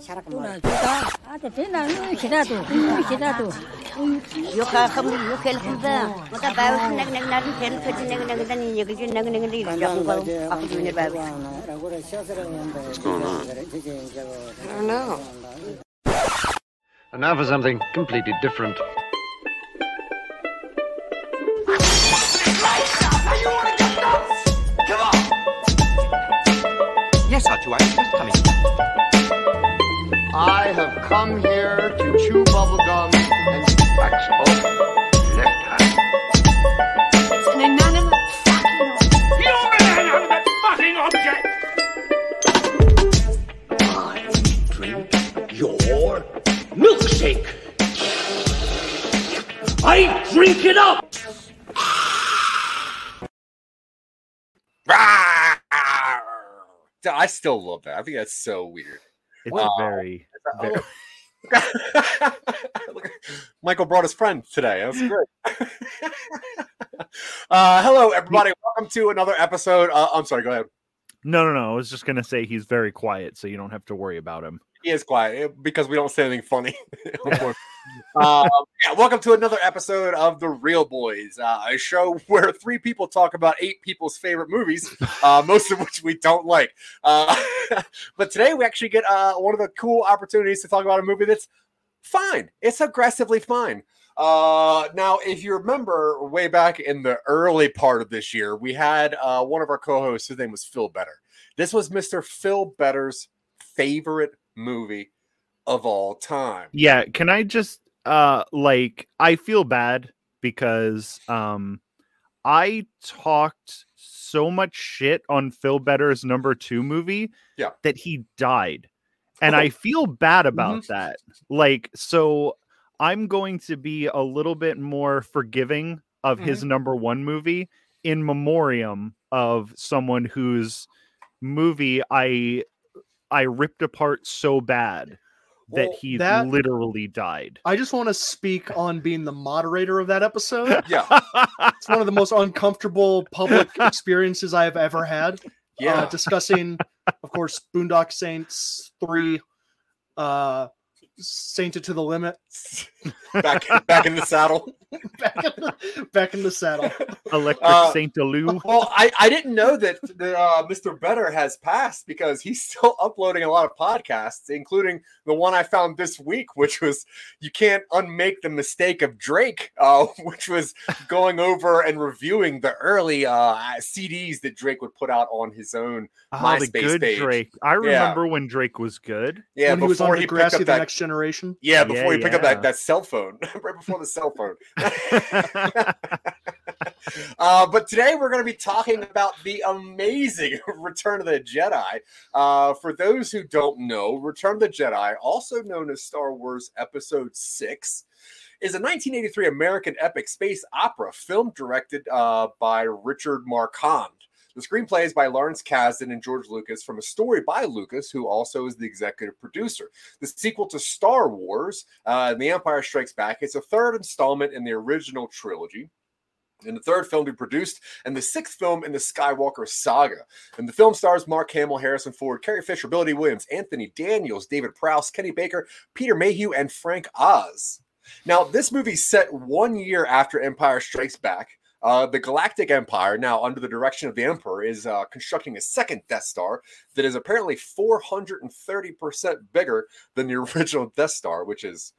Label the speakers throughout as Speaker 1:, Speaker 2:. Speaker 1: Sarap mo.
Speaker 2: Ate Tina, yung sida to. Yung sida to.
Speaker 1: Yok akım yok elham da. Mata bayu nag nag nag ken kötü nag nag nag nag nag nag nag nag nag nag akı dünür bayu.
Speaker 3: What's going on?
Speaker 1: I don't know.
Speaker 4: And now for something completely different.
Speaker 5: Yes, Archie, I was just coming.
Speaker 4: I have come here to chew bubblegum and wax off left hand.
Speaker 6: drink your milkshake. I drink it up!
Speaker 5: I still love that. I think that's so weird.
Speaker 7: It's
Speaker 5: Wow.
Speaker 7: very, very
Speaker 5: Look, Michael brought his friend today. That's great. uh, hello, everybody. Welcome to another episode. Uh, I'm sorry. Go ahead.
Speaker 7: no, no, no. I was just gonna say he's very quiet, so you don't have to worry about him.
Speaker 5: He is quiet eh, because we don't say anything funny. um, yeah, welcome to another episode of The Real Boys, uh, a show where three people talk about eight people's favorite movies, uh, most of which we don't like. Uh, but today we actually get uh, one of the cool opportunities to talk about a movie that's fine. It's aggressively fine. Uh, now, if you remember way back in the early part of this year, we had uh, one of our co hosts, his name was Phil Better. This was Mr. Phil Better's favorite movie of all time.
Speaker 7: Yeah, can I just uh like I feel bad because um I talked so much shit on Phil Better's number 2 movie
Speaker 5: Yeah.
Speaker 7: that he died. And
Speaker 5: Oh.
Speaker 7: I feel bad about
Speaker 5: Mm-hmm.
Speaker 7: that. Like so I'm going to be a little bit more forgiving of his
Speaker 5: Mm-hmm.
Speaker 7: number 1 movie in memoriam of someone whose movie I I ripped apart so bad that
Speaker 5: Well,
Speaker 7: he
Speaker 8: that-
Speaker 7: literally died.
Speaker 8: I just want to speak on being the moderator of that episode.
Speaker 5: Yeah,
Speaker 8: It's one of the most uncomfortable public experiences I have ever had.
Speaker 5: yeah.
Speaker 8: Uh, discussing, of course, Boondock Saints 3, uh, Sainted to the Limit,
Speaker 5: back back in the saddle.
Speaker 8: back in the, back in the saddle.
Speaker 7: Electric
Speaker 5: Uh,
Speaker 7: Saint Alou.
Speaker 5: Well, I, I didn't know that, that uh, Mr. Better has passed because he's still uploading a lot of podcasts, including the one I found this week, which was you can't unmake the mistake of Drake, uh, which was going over and reviewing the early uh, CDs that Drake would put out on his own.
Speaker 7: Ah, the
Speaker 5: MySpace
Speaker 7: good
Speaker 5: page.
Speaker 7: Drake. I
Speaker 5: Yeah.
Speaker 7: remember when Drake was good.
Speaker 5: Yeah,
Speaker 8: when he was on
Speaker 5: before he, picked
Speaker 8: Degrassi,
Speaker 5: up
Speaker 8: The
Speaker 5: that.
Speaker 8: Next Generation.
Speaker 5: yeah, before
Speaker 7: Yeah,
Speaker 5: he picked up that,
Speaker 7: yeah.
Speaker 5: that cell phone, right before the cell phone. Uh, but today we're going to be talking about the amazing Return of the Jedi. Uh, for those who don't know, Return of the Jedi, also known as Star Wars Episode 6, is a 1983 American epic space opera film directed uh, by Richard Marquand. The screenplay is by Lawrence Kasdan and George Lucas from a story by Lucas, who also is the executive producer. The sequel to Star Wars, uh, The Empire Strikes Back, is a third installment in the original trilogy and the third film to be produced, and the sixth film in the Skywalker saga. And the film stars Mark Hamill, Harrison Ford, Carrie Fisher, Billy Williams, Anthony Daniels, David Prowse, Kenny Baker, Peter Mayhew, and Frank Oz. Now, this movie's set one year after Empire Strikes Back. Uh, the Galactic Empire, now under the direction of the Emperor, is uh, constructing a second Death Star that is apparently 430% bigger than the original Death Star, which is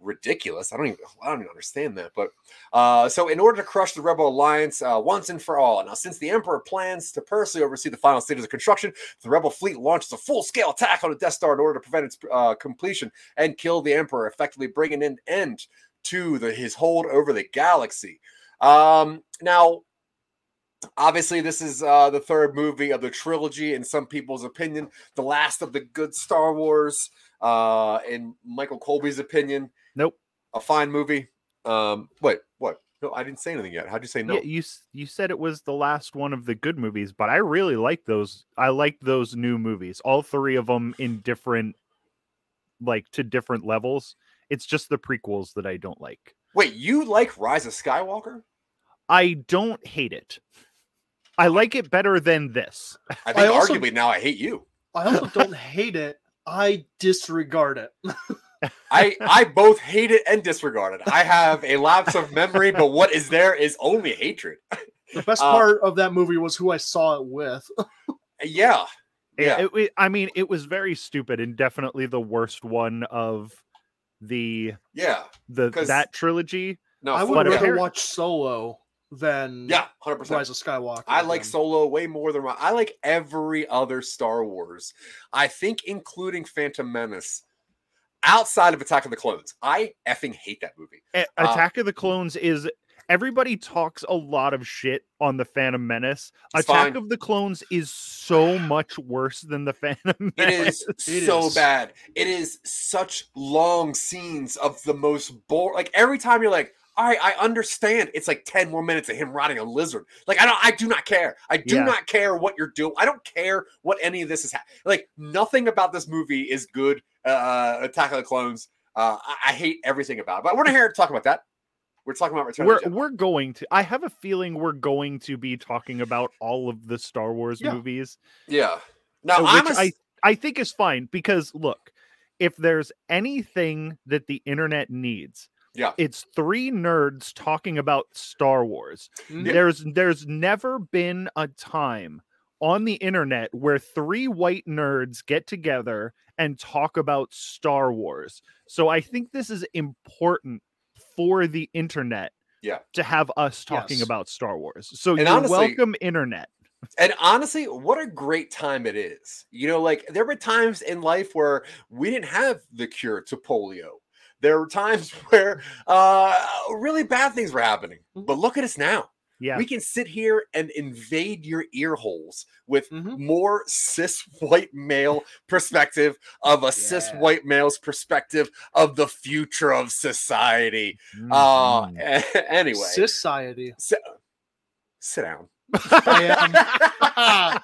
Speaker 5: ridiculous. I don't even I don't even understand that, but uh, so, in order to crush the Rebel Alliance uh, once and for all, now since the Emperor plans to personally oversee the final stages of construction, the Rebel fleet launches a full-scale attack on the Death Star in order to prevent its uh, completion and kill the Emperor, effectively bringing an end to the, his hold over the galaxy. Um, now, obviously, this is uh, the third movie of the trilogy. In some people's opinion, the last of the good Star Wars. Uh, in Michael Colby's opinion,
Speaker 7: Nope.
Speaker 5: a fine movie. Um, wait, what? No, I didn't say anything yet. How'd you say no?
Speaker 7: Yeah, you s- you said it was the last one of the good movies, but I really like those. I like those new movies, all three of them in different, like to different levels. It's just the prequels that I don't like.
Speaker 5: Wait, you like Rise of Skywalker?
Speaker 7: I don't hate it. I like it better than this.
Speaker 5: I think
Speaker 8: I also-
Speaker 5: arguably now I hate you.
Speaker 8: I also don't hate it. I disregard it.
Speaker 5: I I both hate it and disregard it. I have a lapse of memory, but what is there is only hatred.
Speaker 8: The best
Speaker 5: Uh, Oh,
Speaker 8: part of that movie was who I saw it with.
Speaker 5: Yeah,
Speaker 7: Yeah.
Speaker 5: Yeah.
Speaker 7: It, it- I mean, it was very stupid and definitely the worst one of the
Speaker 5: yeah.
Speaker 7: the
Speaker 5: 'Cause-
Speaker 7: that trilogy.
Speaker 5: No,
Speaker 8: I would
Speaker 7: But
Speaker 5: fuck
Speaker 8: rather
Speaker 7: apparent-
Speaker 8: watch Solo than
Speaker 5: yeah, hundred percent.
Speaker 8: Rise of Skywalker.
Speaker 5: I like
Speaker 8: again.
Speaker 5: Solo way more than my, I like every other Star Wars. I think including Phantom Menace. Outside of Attack of the Clones, I effing hate that movie.
Speaker 7: A-
Speaker 5: Uh,
Speaker 7: Attack of the Clones is everybody talks a lot of shit on the Phantom Menace.
Speaker 5: It's
Speaker 7: Attack
Speaker 5: fine.
Speaker 7: of the Clones is so much worse than the Phantom
Speaker 5: It
Speaker 7: Menace.
Speaker 5: is
Speaker 8: It
Speaker 5: so
Speaker 8: is.
Speaker 5: bad. It is such long scenes of the most bore. Like every time you're like, all right, I understand. It's like ten more minutes of him riding a lizard. Like I don't, I do not care. I do
Speaker 7: Yeah.
Speaker 5: not care what you're doing. I don't care what any of this is. Ha- like nothing about this movie is good. Uh, Attack of the Clones. Uh, I, I hate everything about it. But we're not here to talk about that. We're talking about Return
Speaker 7: We're
Speaker 5: of the Jedi.
Speaker 7: we're going to. I have a feeling we're going to be talking about all of the Star Wars
Speaker 8: Yeah.
Speaker 7: movies,
Speaker 5: Yeah. Now
Speaker 7: uh,
Speaker 5: I'm a
Speaker 7: which
Speaker 5: s-
Speaker 7: I I think is fine because look, if there's anything that the internet needs,
Speaker 5: Yeah.
Speaker 7: it's three nerds talking about Star Wars.
Speaker 8: Yeah.
Speaker 7: There's there's never been a time on the internet where three white nerds get together and talk about Star Wars. So I think this is important for the internet.
Speaker 5: Yeah.
Speaker 7: To have us talking
Speaker 8: Yes.
Speaker 7: about Star Wars. So
Speaker 5: And
Speaker 7: you're
Speaker 5: honestly-
Speaker 7: welcome, internet.
Speaker 5: And honestly, what a great time it is. You know, like there were times in life where we didn't have the cure to polio. There were times where uh, really bad things were happening. But look at us now.
Speaker 7: Yeah.
Speaker 5: We can sit here and invade your ear holes with
Speaker 8: Mhm.
Speaker 5: more cis white male perspective of a cis
Speaker 8: Yeah.
Speaker 5: white male's perspective of the future of society. Uh,
Speaker 7: Mhm.
Speaker 5: anyway,
Speaker 8: Society.
Speaker 5: sit down.
Speaker 7: mm.
Speaker 8: I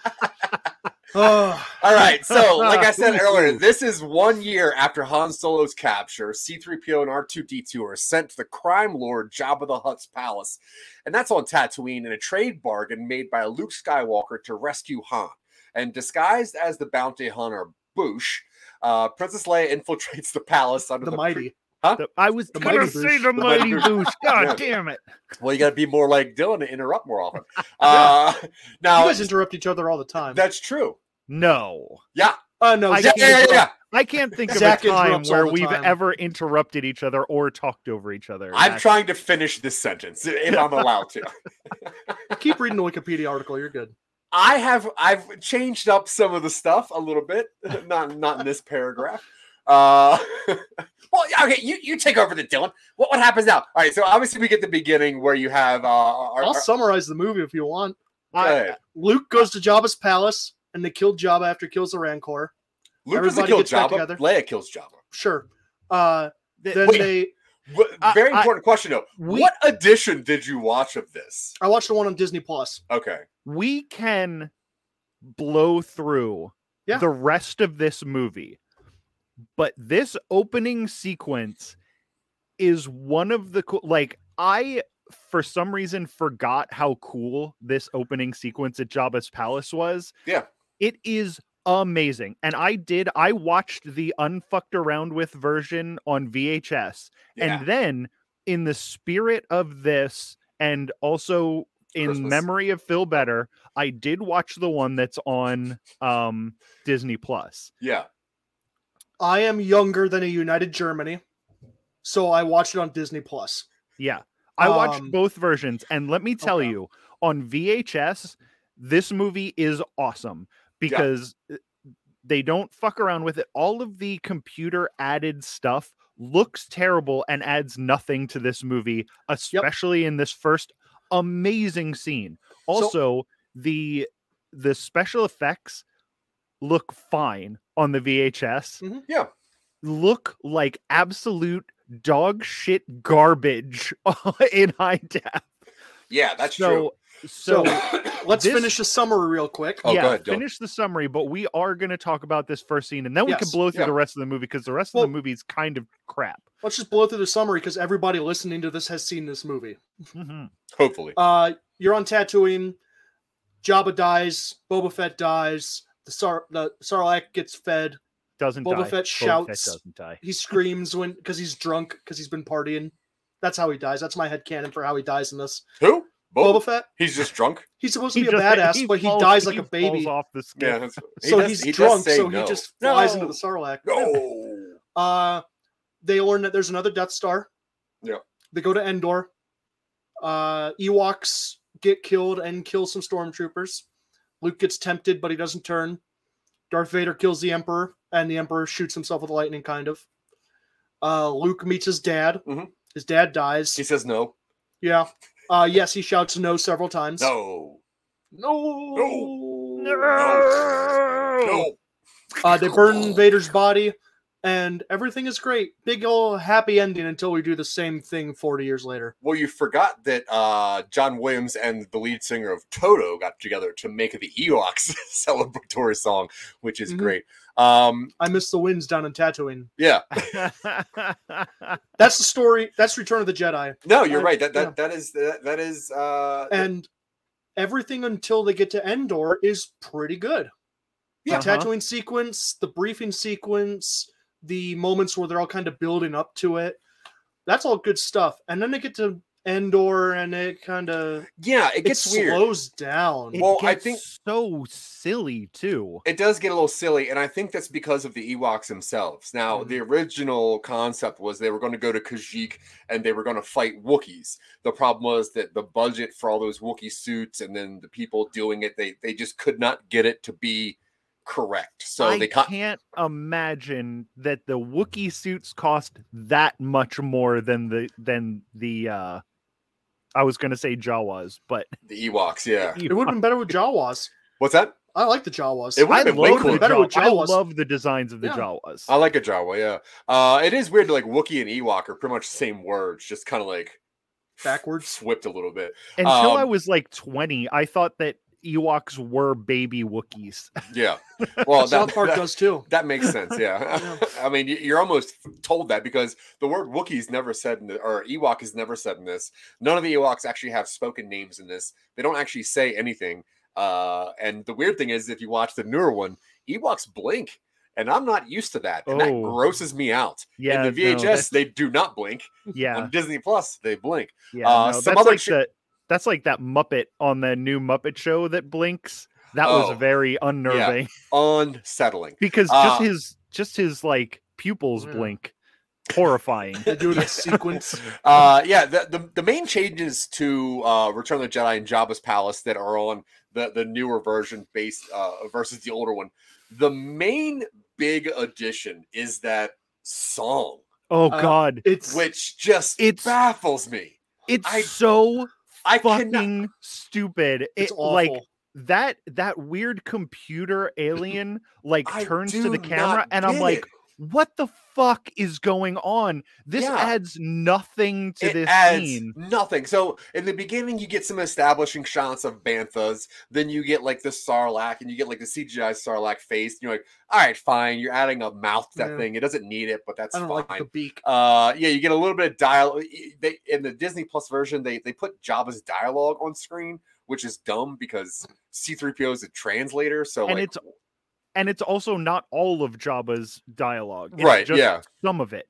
Speaker 8: Oh,
Speaker 5: All right, so like I said earlier, this is one year after Han Solo's capture. C-3PO and R2-D2 are sent to the crime lord Jabba the Hutt's palace, and that's on Tatooine in a trade bargain made by Luke Skywalker to rescue Han. And disguised as the bounty hunter Boosh, uh, Princess Leia infiltrates the palace under
Speaker 8: the
Speaker 5: the,
Speaker 8: mighty.
Speaker 7: The- I was
Speaker 8: The
Speaker 7: gonna
Speaker 8: Mighty
Speaker 7: say
Speaker 8: Boosh.
Speaker 7: the
Speaker 5: The Mighty
Speaker 7: mighty
Speaker 5: Boosh.
Speaker 7: boosh. God
Speaker 5: Yeah.
Speaker 7: damn it!
Speaker 5: Well, you got to be more like Dylan to interrupt more often. Uh, now
Speaker 8: you guys interrupt each other all the time.
Speaker 5: that's true.
Speaker 7: No,
Speaker 8: uh, no,
Speaker 7: I
Speaker 5: Yeah,
Speaker 8: Zach
Speaker 5: yeah, yeah,
Speaker 8: interrupt-
Speaker 5: yeah.
Speaker 7: I can't think of a
Speaker 8: Zach
Speaker 7: time
Speaker 8: interrupts all
Speaker 7: where
Speaker 8: the
Speaker 7: we've
Speaker 8: time.
Speaker 7: ever interrupted each other or talked over each other.
Speaker 5: I'm
Speaker 7: That's-
Speaker 5: trying to finish this sentence if I'm allowed to.
Speaker 8: Keep reading the Wikipedia article. You're good.
Speaker 5: I have I've changed up some of the stuff a little bit. Not not in this paragraph. Uh well yeah, okay, you, you take over the Dylan. What what happens now? All right, so obviously we get the beginning where you have uh our,
Speaker 8: I'll
Speaker 5: our-
Speaker 8: summarize the movie if you want.
Speaker 5: go ahead.
Speaker 8: Luke goes to Jabba's palace, and they kill Jabba after he kills the Rancor.
Speaker 5: Luke doesn't
Speaker 8: everybody
Speaker 5: kill
Speaker 8: gets back
Speaker 5: Jabba,
Speaker 8: together.
Speaker 5: Leia kills Jabba.
Speaker 8: Sure. Uh,
Speaker 7: Th-
Speaker 8: then
Speaker 5: Wait.
Speaker 8: they.
Speaker 5: But
Speaker 7: I-
Speaker 5: very
Speaker 7: I-
Speaker 5: important question though.
Speaker 7: we-
Speaker 5: what edition did you watch of this?
Speaker 8: I watched the one on Disney Plus.
Speaker 5: Okay.
Speaker 7: we can blow through
Speaker 8: Yeah.
Speaker 7: the rest of this movie, but this opening sequence is one of the cool. Like I, for some reason, forgot how cool this opening sequence at Jabba's palace was.
Speaker 5: Yeah.
Speaker 7: it is amazing, and I did. I watched the unfucked around with version on VHS,
Speaker 5: Yeah.
Speaker 7: and then, in the spirit of this, and also in
Speaker 5: Christmas.
Speaker 7: memory of Phil Better, I did watch the one that's on um, Disney Plus.
Speaker 5: yeah.
Speaker 8: I am younger than a United Germany, so I watched it on Disney Plus.
Speaker 7: Yeah. I watched
Speaker 8: Um,
Speaker 7: both versions, and let me tell
Speaker 8: okay.
Speaker 7: you, on VHS, this movie is awesome because uh, they don't fuck around with it. All of the computer added stuff looks terrible and adds nothing to this movie, especially in this first amazing scene. Also, the the special effects look fine on the VHS.
Speaker 8: Mhm.
Speaker 5: Mm-hmm. Yeah.
Speaker 7: Look like absolute dog shit garbage in high def.
Speaker 5: Yeah, that's true.
Speaker 7: so, So,
Speaker 8: So, Let's
Speaker 7: This-
Speaker 8: finish the summary real quick.
Speaker 5: Oh, go
Speaker 7: yeah,
Speaker 5: ahead, Dylan.
Speaker 7: finish the summary, but we are going to talk about this first scene and then we can
Speaker 8: Yes,
Speaker 7: blow through
Speaker 5: yeah.
Speaker 7: the rest of the movie because the rest
Speaker 8: Well-
Speaker 7: of the movie is kind of crap.
Speaker 8: Let's just blow through the summary because everybody listening to this has seen this movie.
Speaker 7: Mhm.
Speaker 5: Hopefully.
Speaker 8: Uh, you're on Tatooine. Jabba dies. Boba Fett dies. The Sar the Sarlacc gets fed.
Speaker 7: Doesn't
Speaker 8: Boba
Speaker 7: die.
Speaker 8: Fett shouts.
Speaker 7: doesn't die.
Speaker 8: He screams when because he's drunk because he's been partying. That's how he dies. That's my head canon for how he dies in this.
Speaker 5: Who? Boba,
Speaker 8: Boba Fett.
Speaker 5: He's just drunk.
Speaker 8: He's supposed to
Speaker 7: He
Speaker 8: be a
Speaker 7: just-
Speaker 8: badass, but he
Speaker 7: falls-
Speaker 8: dies like a
Speaker 7: falls
Speaker 8: baby.
Speaker 7: off the skiff.
Speaker 5: Yeah, that's, he
Speaker 8: so
Speaker 5: does-
Speaker 8: he's
Speaker 5: he does
Speaker 8: drunk,
Speaker 5: say
Speaker 8: so
Speaker 5: no.
Speaker 8: he just flies
Speaker 5: No.
Speaker 8: into the Sarlacc.
Speaker 5: No.
Speaker 8: Uh, they learn that there's another Death Star.
Speaker 5: Yeah.
Speaker 8: They go to Endor. Uh, Ewoks get killed and kill some stormtroopers. Luke gets tempted, but he doesn't turn. Darth Vader kills the Emperor, and the Emperor shoots himself with lightning, kind of. Uh, Luke meets his dad.
Speaker 5: Mhm.
Speaker 8: His dad dies.
Speaker 5: He says no.
Speaker 8: yeah. Uh, yes, he shouts no several times.
Speaker 5: No.
Speaker 8: No.
Speaker 5: No. No.
Speaker 8: Uh, they burn Vader's body, and everything is great. Big ol' happy ending until we do the same thing 40 years later.
Speaker 5: Well, you forgot that uh, John Williams and the lead singer of Toto got together to make the Ewoks celebratory song, which is
Speaker 8: Mhm.
Speaker 5: great. Um,
Speaker 8: I miss the winds down in Tatooine.
Speaker 5: yeah,
Speaker 8: That's the story. That's Return of the Jedi.
Speaker 5: no, you're
Speaker 8: I-
Speaker 5: right. That that, that is that, that is uh,
Speaker 8: And everything until they get to Endor is pretty good.
Speaker 7: Yeah.
Speaker 5: Uh-huh.
Speaker 8: The Tatooine sequence, the briefing sequence, the moments where they're all kind of building up to it. That's all good stuff. And then they get to Endor and it kind of
Speaker 5: yeah, it
Speaker 8: it,
Speaker 5: gets weird.
Speaker 8: slows down.
Speaker 7: It
Speaker 5: Well, I
Speaker 7: gets
Speaker 5: think-
Speaker 7: so silly too.
Speaker 5: It does get a little silly, and I think that's because of the Ewoks themselves. Now, the original concept was they were going to go to Kajik and they were going to fight Wookiees. The problem was that the budget for all those Wookiee suits and then the people doing it, they they just could not get it to be correct. So
Speaker 7: I
Speaker 5: they cut.
Speaker 7: can't imagine that the Wookiee suits cost that much more than the than the uh I was gonna say Jawas, but
Speaker 5: The Ewoks, yeah.
Speaker 8: It would have been better with Jawas.
Speaker 5: What's that?
Speaker 8: I like the Jawas.
Speaker 5: It would
Speaker 7: I
Speaker 5: have been way
Speaker 7: love,
Speaker 5: cooler.
Speaker 7: the
Speaker 8: Better with
Speaker 7: Jaw- I
Speaker 8: Jawas.
Speaker 7: love the designs of the
Speaker 8: Yeah.
Speaker 7: Jawas.
Speaker 5: I like a Jawa, yeah. Uh, it is weird, like Wookiee and Ewok are pretty much the same words, just kind of like
Speaker 8: Backwards.
Speaker 5: flipped a little bit.
Speaker 7: Until I
Speaker 5: um,
Speaker 7: was like 20, I thought that Ewoks were baby Wookiees.
Speaker 5: Yeah. Well,
Speaker 8: South Park
Speaker 5: that,
Speaker 8: does too.
Speaker 5: That makes sense. Yeah. I mean, y- you're almost told that because the word Wookiee is never said in the, or Ewok is never said in this. None of the Ewoks actually have spoken names in this. They don't actually say anything. Uh, and the weird thing is, if you watch the newer one, Ewoks blink. And I'm not used to that. And that
Speaker 7: Oh.
Speaker 5: grosses me out.
Speaker 7: Yeah, no,
Speaker 5: in the VHS,
Speaker 7: that's-
Speaker 5: they do not blink.
Speaker 7: yeah,
Speaker 5: On Disney Plus, they blink.
Speaker 7: yeah.
Speaker 5: uh,
Speaker 7: no,
Speaker 5: some
Speaker 7: that's
Speaker 5: other
Speaker 7: like
Speaker 5: sh-
Speaker 7: that. That's like that Muppet on the new Muppet show that blinks. That
Speaker 5: Oh.
Speaker 7: was very unnerving
Speaker 5: Unsettling.
Speaker 7: because
Speaker 5: Uh,
Speaker 7: just his just his like pupils
Speaker 8: Yeah.
Speaker 7: blink, horrifying.
Speaker 8: They do it in sequence.
Speaker 5: Uh, yeah, the, the the main changes to uh, Return of the Jedi and Jabba's Palace that are on the the newer version based uh, versus the older one. The main big addition is that song,
Speaker 7: Oh
Speaker 8: Uh,
Speaker 7: god,
Speaker 8: It's
Speaker 5: which just
Speaker 7: It's-
Speaker 5: baffles me.
Speaker 7: it's
Speaker 5: I-
Speaker 7: so
Speaker 5: I
Speaker 7: fucking
Speaker 5: cannot.
Speaker 7: stupid. It
Speaker 8: it's awful.
Speaker 7: like that that weird computer alien like
Speaker 5: I
Speaker 7: turns to
Speaker 5: do
Speaker 7: the camera
Speaker 5: not
Speaker 7: and I'm
Speaker 5: get
Speaker 7: like
Speaker 5: it.
Speaker 7: what the fuck is going on? This
Speaker 5: Yeah.
Speaker 7: adds nothing to
Speaker 5: it
Speaker 7: this
Speaker 5: adds
Speaker 7: scene.
Speaker 5: nothing. So in the beginning, you get some establishing shots of Banthas, then you get like the Sarlacc, and you get like the CGI Sarlacc face. And you're like, all right, fine. You're adding a mouth to that
Speaker 8: Yeah.
Speaker 5: thing. It doesn't need it, but that's
Speaker 8: I don't
Speaker 5: fine.
Speaker 8: like the beak.
Speaker 5: uh yeah you get a little bit of dialogue they in the disney plus version they they put jabba's dialogue on screen which is dumb because c3po is a translator so
Speaker 7: And
Speaker 5: like,
Speaker 7: it's And it's also not all of Jabba's dialogue. It's
Speaker 5: Right,
Speaker 7: just
Speaker 5: yeah.
Speaker 7: Some of it.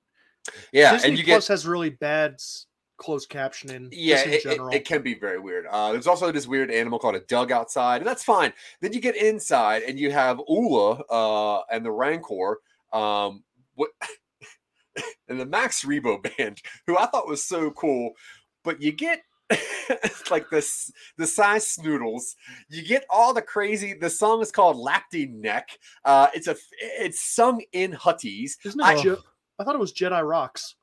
Speaker 5: yeah
Speaker 8: Disney
Speaker 5: and you
Speaker 8: Plus
Speaker 5: get
Speaker 8: has really bad s- closed captioning.
Speaker 5: yeah
Speaker 8: just in
Speaker 5: it, it-
Speaker 8: general.
Speaker 5: it can be very weird uh there's also this weird animal called a dug outside and that's fine then you get inside and you have ula uh and the rancor um what and the max rebo band who i thought was so cool but you get like this the size snoodles you get all the crazy the song is called lacty neck uh it's a it's sung in hutties
Speaker 8: Isn't it
Speaker 5: I-
Speaker 8: Je- I thought it was Jedi Rocks.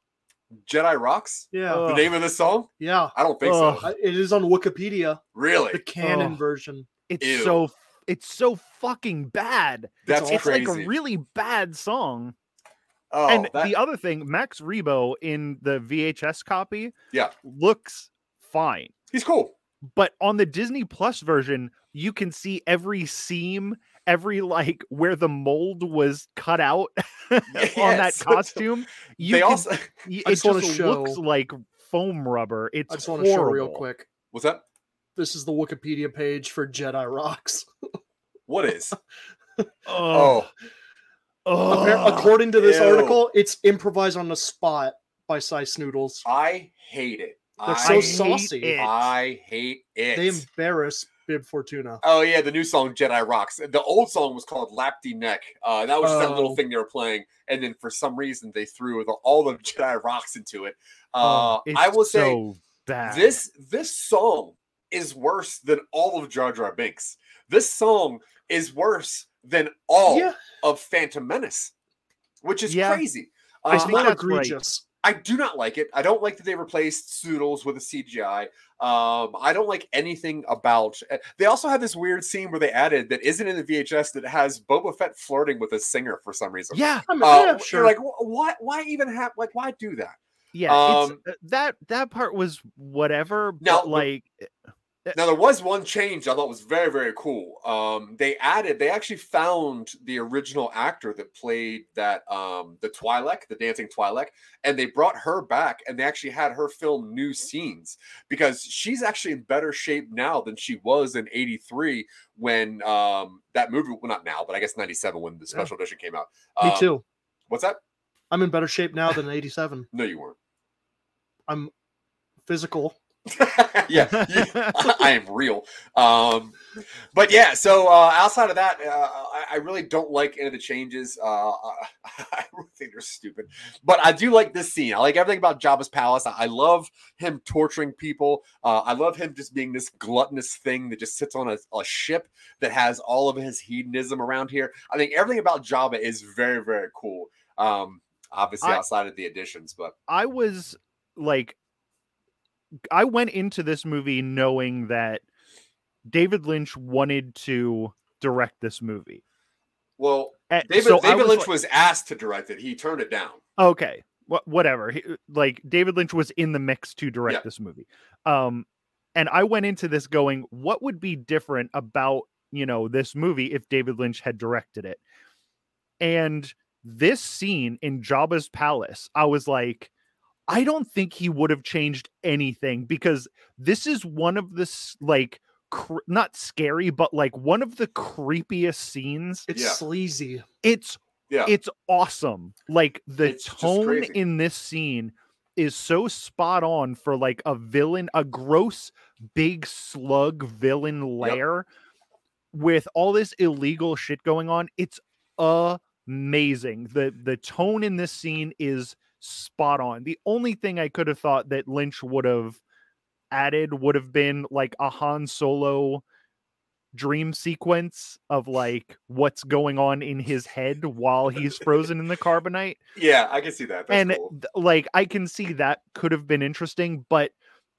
Speaker 5: jedi rocks
Speaker 8: Yeah,
Speaker 7: Uh,
Speaker 5: the name of the song
Speaker 8: yeah.
Speaker 5: i don't think so
Speaker 7: Ugh.
Speaker 8: I- It is on Wikipedia,
Speaker 5: really
Speaker 8: the canon
Speaker 7: Oh.
Speaker 8: version.
Speaker 7: It's
Speaker 5: Ew.
Speaker 7: so it's so fucking bad.
Speaker 5: that's
Speaker 7: It's
Speaker 5: crazy
Speaker 7: like a really bad song.
Speaker 5: oh
Speaker 7: and
Speaker 5: that-
Speaker 7: the other thing, Max Rebo in the VHS copy,
Speaker 5: Yeah.
Speaker 7: looks fine.
Speaker 5: he's cool
Speaker 7: But on the Disney Plus version, you can see every seam, every like where the mold was cut out on that
Speaker 5: Yes.
Speaker 7: costume. You
Speaker 5: they
Speaker 7: can,
Speaker 5: also
Speaker 7: y-
Speaker 8: I
Speaker 7: it
Speaker 8: just wanna
Speaker 7: just
Speaker 8: show-
Speaker 7: looks like foam rubber. It's
Speaker 8: I just want
Speaker 7: horrible.
Speaker 8: to show real quick.
Speaker 5: what's that
Speaker 8: This is the Wikipedia page for Jedi Rocks.
Speaker 5: what is
Speaker 7: Oh,
Speaker 5: Oh,
Speaker 7: oh.
Speaker 8: Appar- according to this
Speaker 5: ew.
Speaker 8: article, it's improvised on the spot by Size Snoodles.
Speaker 5: I hate it.
Speaker 8: They're
Speaker 5: I
Speaker 8: so
Speaker 5: hate-
Speaker 8: saucy.
Speaker 7: it.
Speaker 5: I hate it.
Speaker 8: They embarrass Bib Fortuna.
Speaker 5: Oh yeah, the new song Jedi Rocks. The old song was called Lap D Neck. Uh, that was just that little
Speaker 8: Oh.
Speaker 5: thing they were playing, and then for some reason they threw the, all the Jedi Rocks into it. Uh,
Speaker 7: Oh,
Speaker 5: I
Speaker 7: it's
Speaker 5: will say
Speaker 7: so bad.
Speaker 5: this this song is worse than all of Jar Jar Binks. This song is worse than all
Speaker 8: yeah,
Speaker 5: of Phantom Menace, which is
Speaker 7: Yeah.
Speaker 5: crazy.
Speaker 7: I
Speaker 5: Uh,
Speaker 8: it's
Speaker 7: think
Speaker 8: not
Speaker 7: that's right.
Speaker 8: egregious.
Speaker 5: I do not like it. I don't like that they replaced Soodles with a CGI. Um, I don't like anything about. eh, They also had this weird scene where they added that isn't in the VHS that has Boba Fett flirting with a singer for some reason.
Speaker 7: yeah,
Speaker 8: I mean,
Speaker 5: Uh,
Speaker 8: yeah,
Speaker 5: you're
Speaker 8: sure.
Speaker 5: like, "Wh- why? Why even have? Like, why do that?
Speaker 7: yeah.
Speaker 5: Um,
Speaker 7: it's, uh, that that part was whatever. But
Speaker 5: Now, the-
Speaker 7: like,
Speaker 5: Now there was one change I thought was very very cool. Um, they added. They actually found the original actor that played that um, the Twi'lek, the dancing Twi'lek, and they brought her back and they actually had her film new scenes because she's actually in better shape now than she was in '83 when um, that movie. Well, not now, but I guess '97 when the special edition came out.
Speaker 8: Me
Speaker 5: Um,
Speaker 8: too.
Speaker 5: What's that?
Speaker 8: I'm in better shape now than in '87.
Speaker 5: No, you weren't.
Speaker 8: I'm physical.
Speaker 5: yeah, you- I am real. Um, but yeah, so uh, outside of that, uh, I, I really don't like any of the changes. Uh, I, I really think they're stupid, but I do like this scene. I like everything about Jabba's palace. I, I love him torturing people. Uh, I love him just being this gluttonous thing that just sits on a, a ship that has all of his hedonism around here. I think everything about Jabba is very, very cool. Um, obviously,
Speaker 7: I-
Speaker 5: outside of the additions, but
Speaker 7: I was like, I went into this movie knowing that David Lynch wanted to direct this movie.
Speaker 5: well,
Speaker 7: And
Speaker 5: David,
Speaker 7: so I
Speaker 5: David
Speaker 7: was
Speaker 5: Lynch
Speaker 7: like-
Speaker 5: was asked to direct it. He turned it down.
Speaker 7: okay wha- whatever He- uh, like david lynch was in the mix to direct
Speaker 5: Yeah.
Speaker 7: this movie um and i went into this going what would be different about you know this movie if david lynch had directed it and this scene in jabba's palace i was like i don't think he would have changed anything because this is one of the s- like cr- not scary but like one of the creepiest scenes
Speaker 8: It's
Speaker 5: Yeah.
Speaker 8: sleazy.
Speaker 7: it's
Speaker 5: Yeah.
Speaker 7: it's awesome like the
Speaker 5: It's just
Speaker 7: tone
Speaker 5: crazy.
Speaker 7: in this scene is so spot on for like a villain a gross big slug villain lair with all this illegal shit going on it's amazing the the tone in this scene is spot on the only thing i could have thought that lynch would have added would have been like a han solo dream sequence of like what's going on in his head while he's frozen in the carbonite
Speaker 5: Yeah, I can see that. That's
Speaker 7: and
Speaker 5: cool.
Speaker 7: th- like i can see that could have been interesting but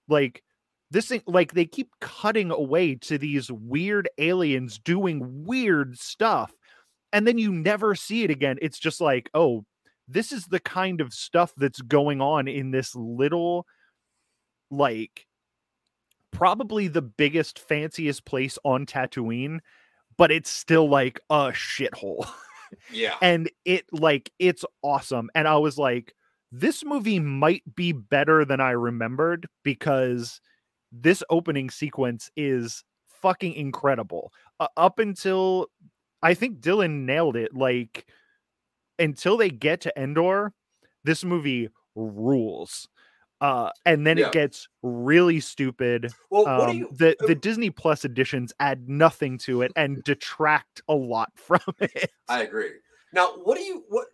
Speaker 7: like this thing like they keep cutting away to these weird aliens doing weird stuff and then you never see it again it's just like oh this is the kind of stuff that's going on in this little like probably the biggest fanciest place on Tatooine but it's still like a shithole
Speaker 5: Yeah.
Speaker 7: and it like it's awesome and i was like this movie might be better than i remembered because this opening sequence is fucking incredible uh, up until i think dylan nailed it like until they get to endor this movie rules uh and then
Speaker 5: Yeah.
Speaker 7: it gets really stupid
Speaker 5: Well, what do
Speaker 7: um,
Speaker 5: you?
Speaker 7: the
Speaker 5: uh,
Speaker 7: the disney plus editions add nothing to it and detract a lot from it
Speaker 5: I agree. Now, what do you what?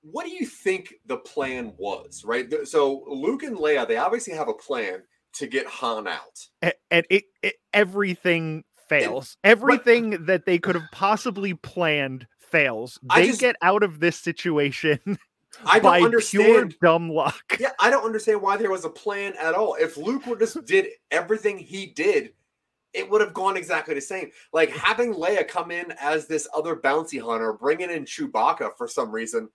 Speaker 5: What do you think the plan was? Right. Th- So Luke and Leia, they obviously have a plan to get Han out.
Speaker 7: and, and it, it everything fails. Everything that they could have possibly planned fails.
Speaker 5: I
Speaker 7: They
Speaker 5: just-
Speaker 7: get out of this situation
Speaker 5: I
Speaker 7: by
Speaker 5: don't
Speaker 7: pure
Speaker 5: understand.
Speaker 7: dumb luck.
Speaker 5: Yeah, I don't understand why there was a plan at all. If Luke would just did everything he did, it would have gone exactly the same. Like having Leia come in as this other bounty hunter, bringing in Chewbacca for some reason,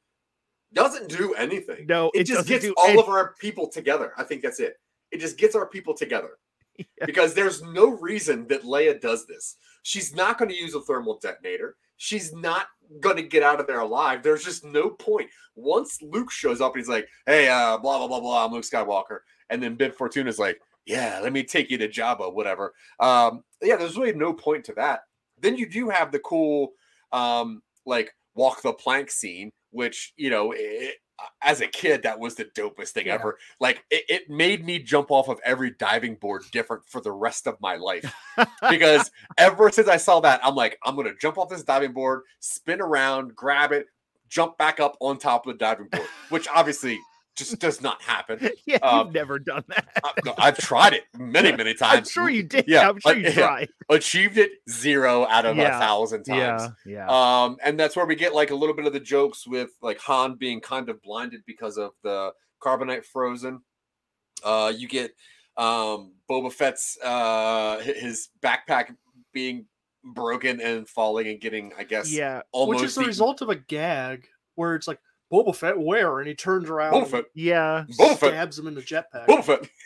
Speaker 5: doesn't do anything.
Speaker 7: No,
Speaker 5: it,
Speaker 7: it,
Speaker 5: just
Speaker 7: doesn't
Speaker 5: gets
Speaker 7: do
Speaker 5: all
Speaker 7: any-
Speaker 5: of our people together. I think that's it. It just gets our people together because there's no reason that Leia does this. She's not going to use a thermal detonator. She's not going to get out of there alive. There's just no point. Once Luke shows up, and he's like, "Hey, uh, blah blah blah blah, I'm Luke Skywalker," and then Bib Fortuna's like, "Yeah, let me take you to Jabba, whatever." Um, yeah, there's really no point to that. Then you do have the cool um, like walk the plank scene, which you know, it, as a kid, that was the dopest thing ever. Like it, it made me jump off of every diving board different for the rest of my life because ever since I saw that, I'm like, I'm gonna jump off this diving board, spin around, grab it, jump back up on top of the diving board, which obviously just does not happen.
Speaker 7: yeah,
Speaker 5: um,
Speaker 7: you've never done that.
Speaker 5: I, no, I've tried it many, many times.
Speaker 7: I'm sure you did.
Speaker 5: yeah,
Speaker 7: I'm sure
Speaker 5: like,
Speaker 7: you
Speaker 5: yeah.
Speaker 7: tried.
Speaker 5: achieved it zero out of
Speaker 7: Yeah,
Speaker 5: a thousand times.
Speaker 7: yeah.
Speaker 5: Um, and that's where we get like a little bit of the jokes with like Han being kind of blinded because of the carbonite frozen. Uh, you get um, Boba Fett's uh, hi- his backpack being broken and falling and getting, I guess,
Speaker 7: yeah,
Speaker 5: almost
Speaker 8: which is the
Speaker 5: eaten.
Speaker 8: result of a gag where it's like Boba Fett where, and he turns around,
Speaker 5: Boba Fett,
Speaker 7: yeah.
Speaker 5: Boba
Speaker 8: and
Speaker 5: Fett,
Speaker 8: stabs him in the jetpack.
Speaker 5: Boba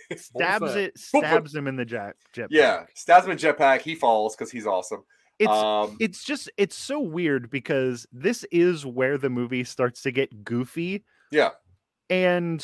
Speaker 5: Fett.
Speaker 7: Stabs
Speaker 8: Fett.
Speaker 7: it,
Speaker 5: Boba-
Speaker 7: stabs him in the jack. Jetpack.
Speaker 5: Yeah, stabs him in jetpack. He falls because he's awesome.
Speaker 7: it's
Speaker 5: um,
Speaker 7: it's just it's so weird because this is where the movie starts to get goofy.
Speaker 5: Yeah.
Speaker 7: And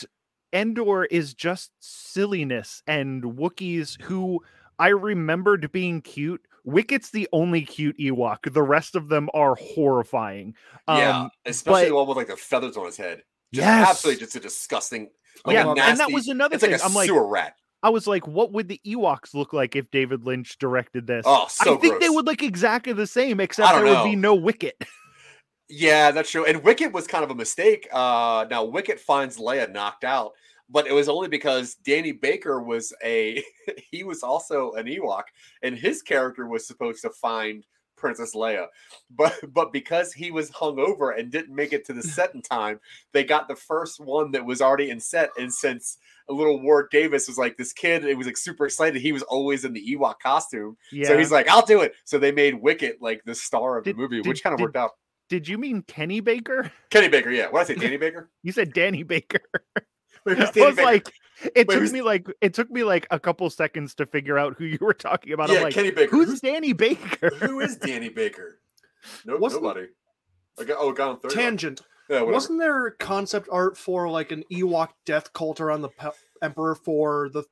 Speaker 7: Endor is just silliness and Wookiees who I remembered being cute. Wicket's the only cute Ewok. The rest of them are horrifying.
Speaker 5: yeah,
Speaker 7: Um,
Speaker 5: especially
Speaker 7: but-
Speaker 5: the one with like the feathers on his head. Just
Speaker 7: Yes.
Speaker 5: absolutely just a disgusting. Like
Speaker 7: yeah,
Speaker 5: a nasty,
Speaker 7: and that was another
Speaker 5: it's
Speaker 7: thing.
Speaker 5: like a
Speaker 7: I'm like,
Speaker 5: sewer rat.
Speaker 7: I was like, what would the Ewoks look like if David Lynch directed this?
Speaker 5: Oh, so
Speaker 7: I think they
Speaker 5: gross.
Speaker 7: would look exactly the same, except
Speaker 5: don't
Speaker 7: there would be no wicket.
Speaker 5: Yeah, that's true. And Wicket was kind of a mistake. Uh, now Wicket finds Leia knocked out, but it was only because Danny Baker was a he was also an Ewok, and his character was supposed to find Princess Leia, but but because he was hung over and didn't make it to the set in time, they got the first one that was already in set. And since a little Ward Davis was like this kid, it was like super excited. He was always in the Ewok costume,
Speaker 7: Yeah.
Speaker 5: so he's like, "I'll do it." So they made Wicket like the star of
Speaker 7: Did-
Speaker 5: the movie,
Speaker 7: did-
Speaker 5: which kind of
Speaker 7: did-
Speaker 5: worked out.
Speaker 7: Did you mean Kenny Baker?
Speaker 5: Kenny Baker, yeah. What did I say, Danny Baker?
Speaker 7: You said Danny Baker.
Speaker 5: Wait, who's
Speaker 7: I
Speaker 5: Danny
Speaker 7: was
Speaker 5: Baker?
Speaker 7: like, it
Speaker 5: Wait,
Speaker 7: took
Speaker 5: who's-
Speaker 7: me like it took me like a couple seconds to figure out who you were talking about.
Speaker 5: yeah,
Speaker 7: I'm like,
Speaker 5: Kenny Baker.
Speaker 7: who's Danny Baker?
Speaker 5: Who's- who is Danny Baker? Nope,
Speaker 8: Wasn't-
Speaker 5: nobody. I got, oh, it got on third.
Speaker 8: Tangent.
Speaker 5: Yeah, whatever.
Speaker 8: Wasn't there concept art for like an Ewok death cult around the pe- Emperor for the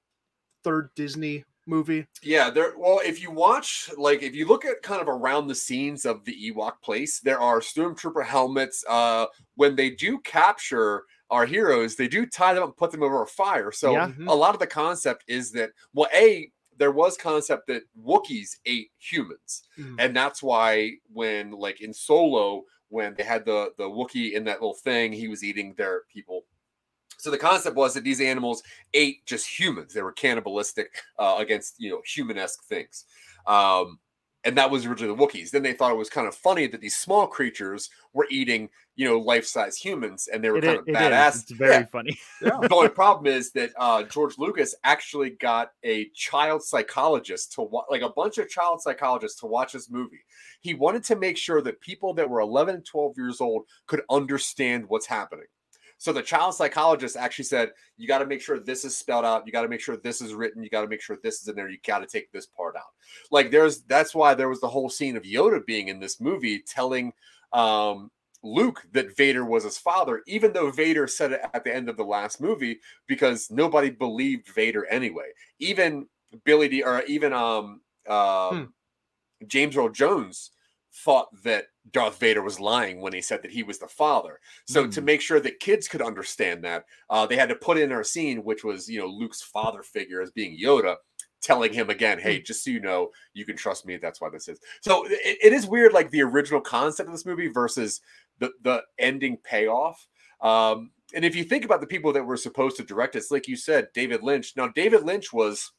Speaker 8: third Disney movie?
Speaker 5: Yeah, there. Well, if you watch, like, if you look at kind of around the scenes of the Ewok place, there are stormtrooper helmets. Uh, when they do capture our heroes, they do tie them up and put them over a fire. So
Speaker 7: Yeah.
Speaker 5: a lot of the concept is that, well, a there was concept that Wookiees ate humans,
Speaker 8: Mm.
Speaker 5: and that's why when like in Solo, when they had the the Wookiee in that little thing, he was eating their people. So the concept was that these animals ate just humans; they were cannibalistic uh, against you know human-esque things um and that was originally the wookiees then they thought it was kind of funny that these small creatures were eating you know life-size humans and they were
Speaker 7: It i-
Speaker 5: kind of
Speaker 7: it is.
Speaker 5: badass
Speaker 7: It's very
Speaker 5: Yeah,
Speaker 7: funny.
Speaker 5: the only problem is that uh, George Lucas actually got a child psychologist to wa- like a bunch of child psychologists to watch this movie. He wanted to make sure that people that were 11 and 12 years old could understand what's happening. So the child psychologist actually said, "You got to make sure this is spelled out. You got to make sure this is written. You got to make sure this is in there. You got to take this part out." Like there's that's why there was the whole scene of Yoda being in this movie telling um Luke that Vader was his father, even though Vader said it at the end of the last movie, because nobody believed Vader anyway. Even Billy D, or even um, uh,
Speaker 8: Hmm.
Speaker 5: James Earl Jones thought that Darth Vader was lying when he said that he was the father. So to make sure that kids could understand that, uh, they had to put in our scene, which was you know Luke's father figure as being Yoda. Telling him again, hey, just so you know, you can trust me. That's why this is. So it, it is weird, like the original concept of this movie versus the the ending payoff. Um, and if you think about the people that were supposed to direct it's like you said, David Lynch. Now, David Lynch was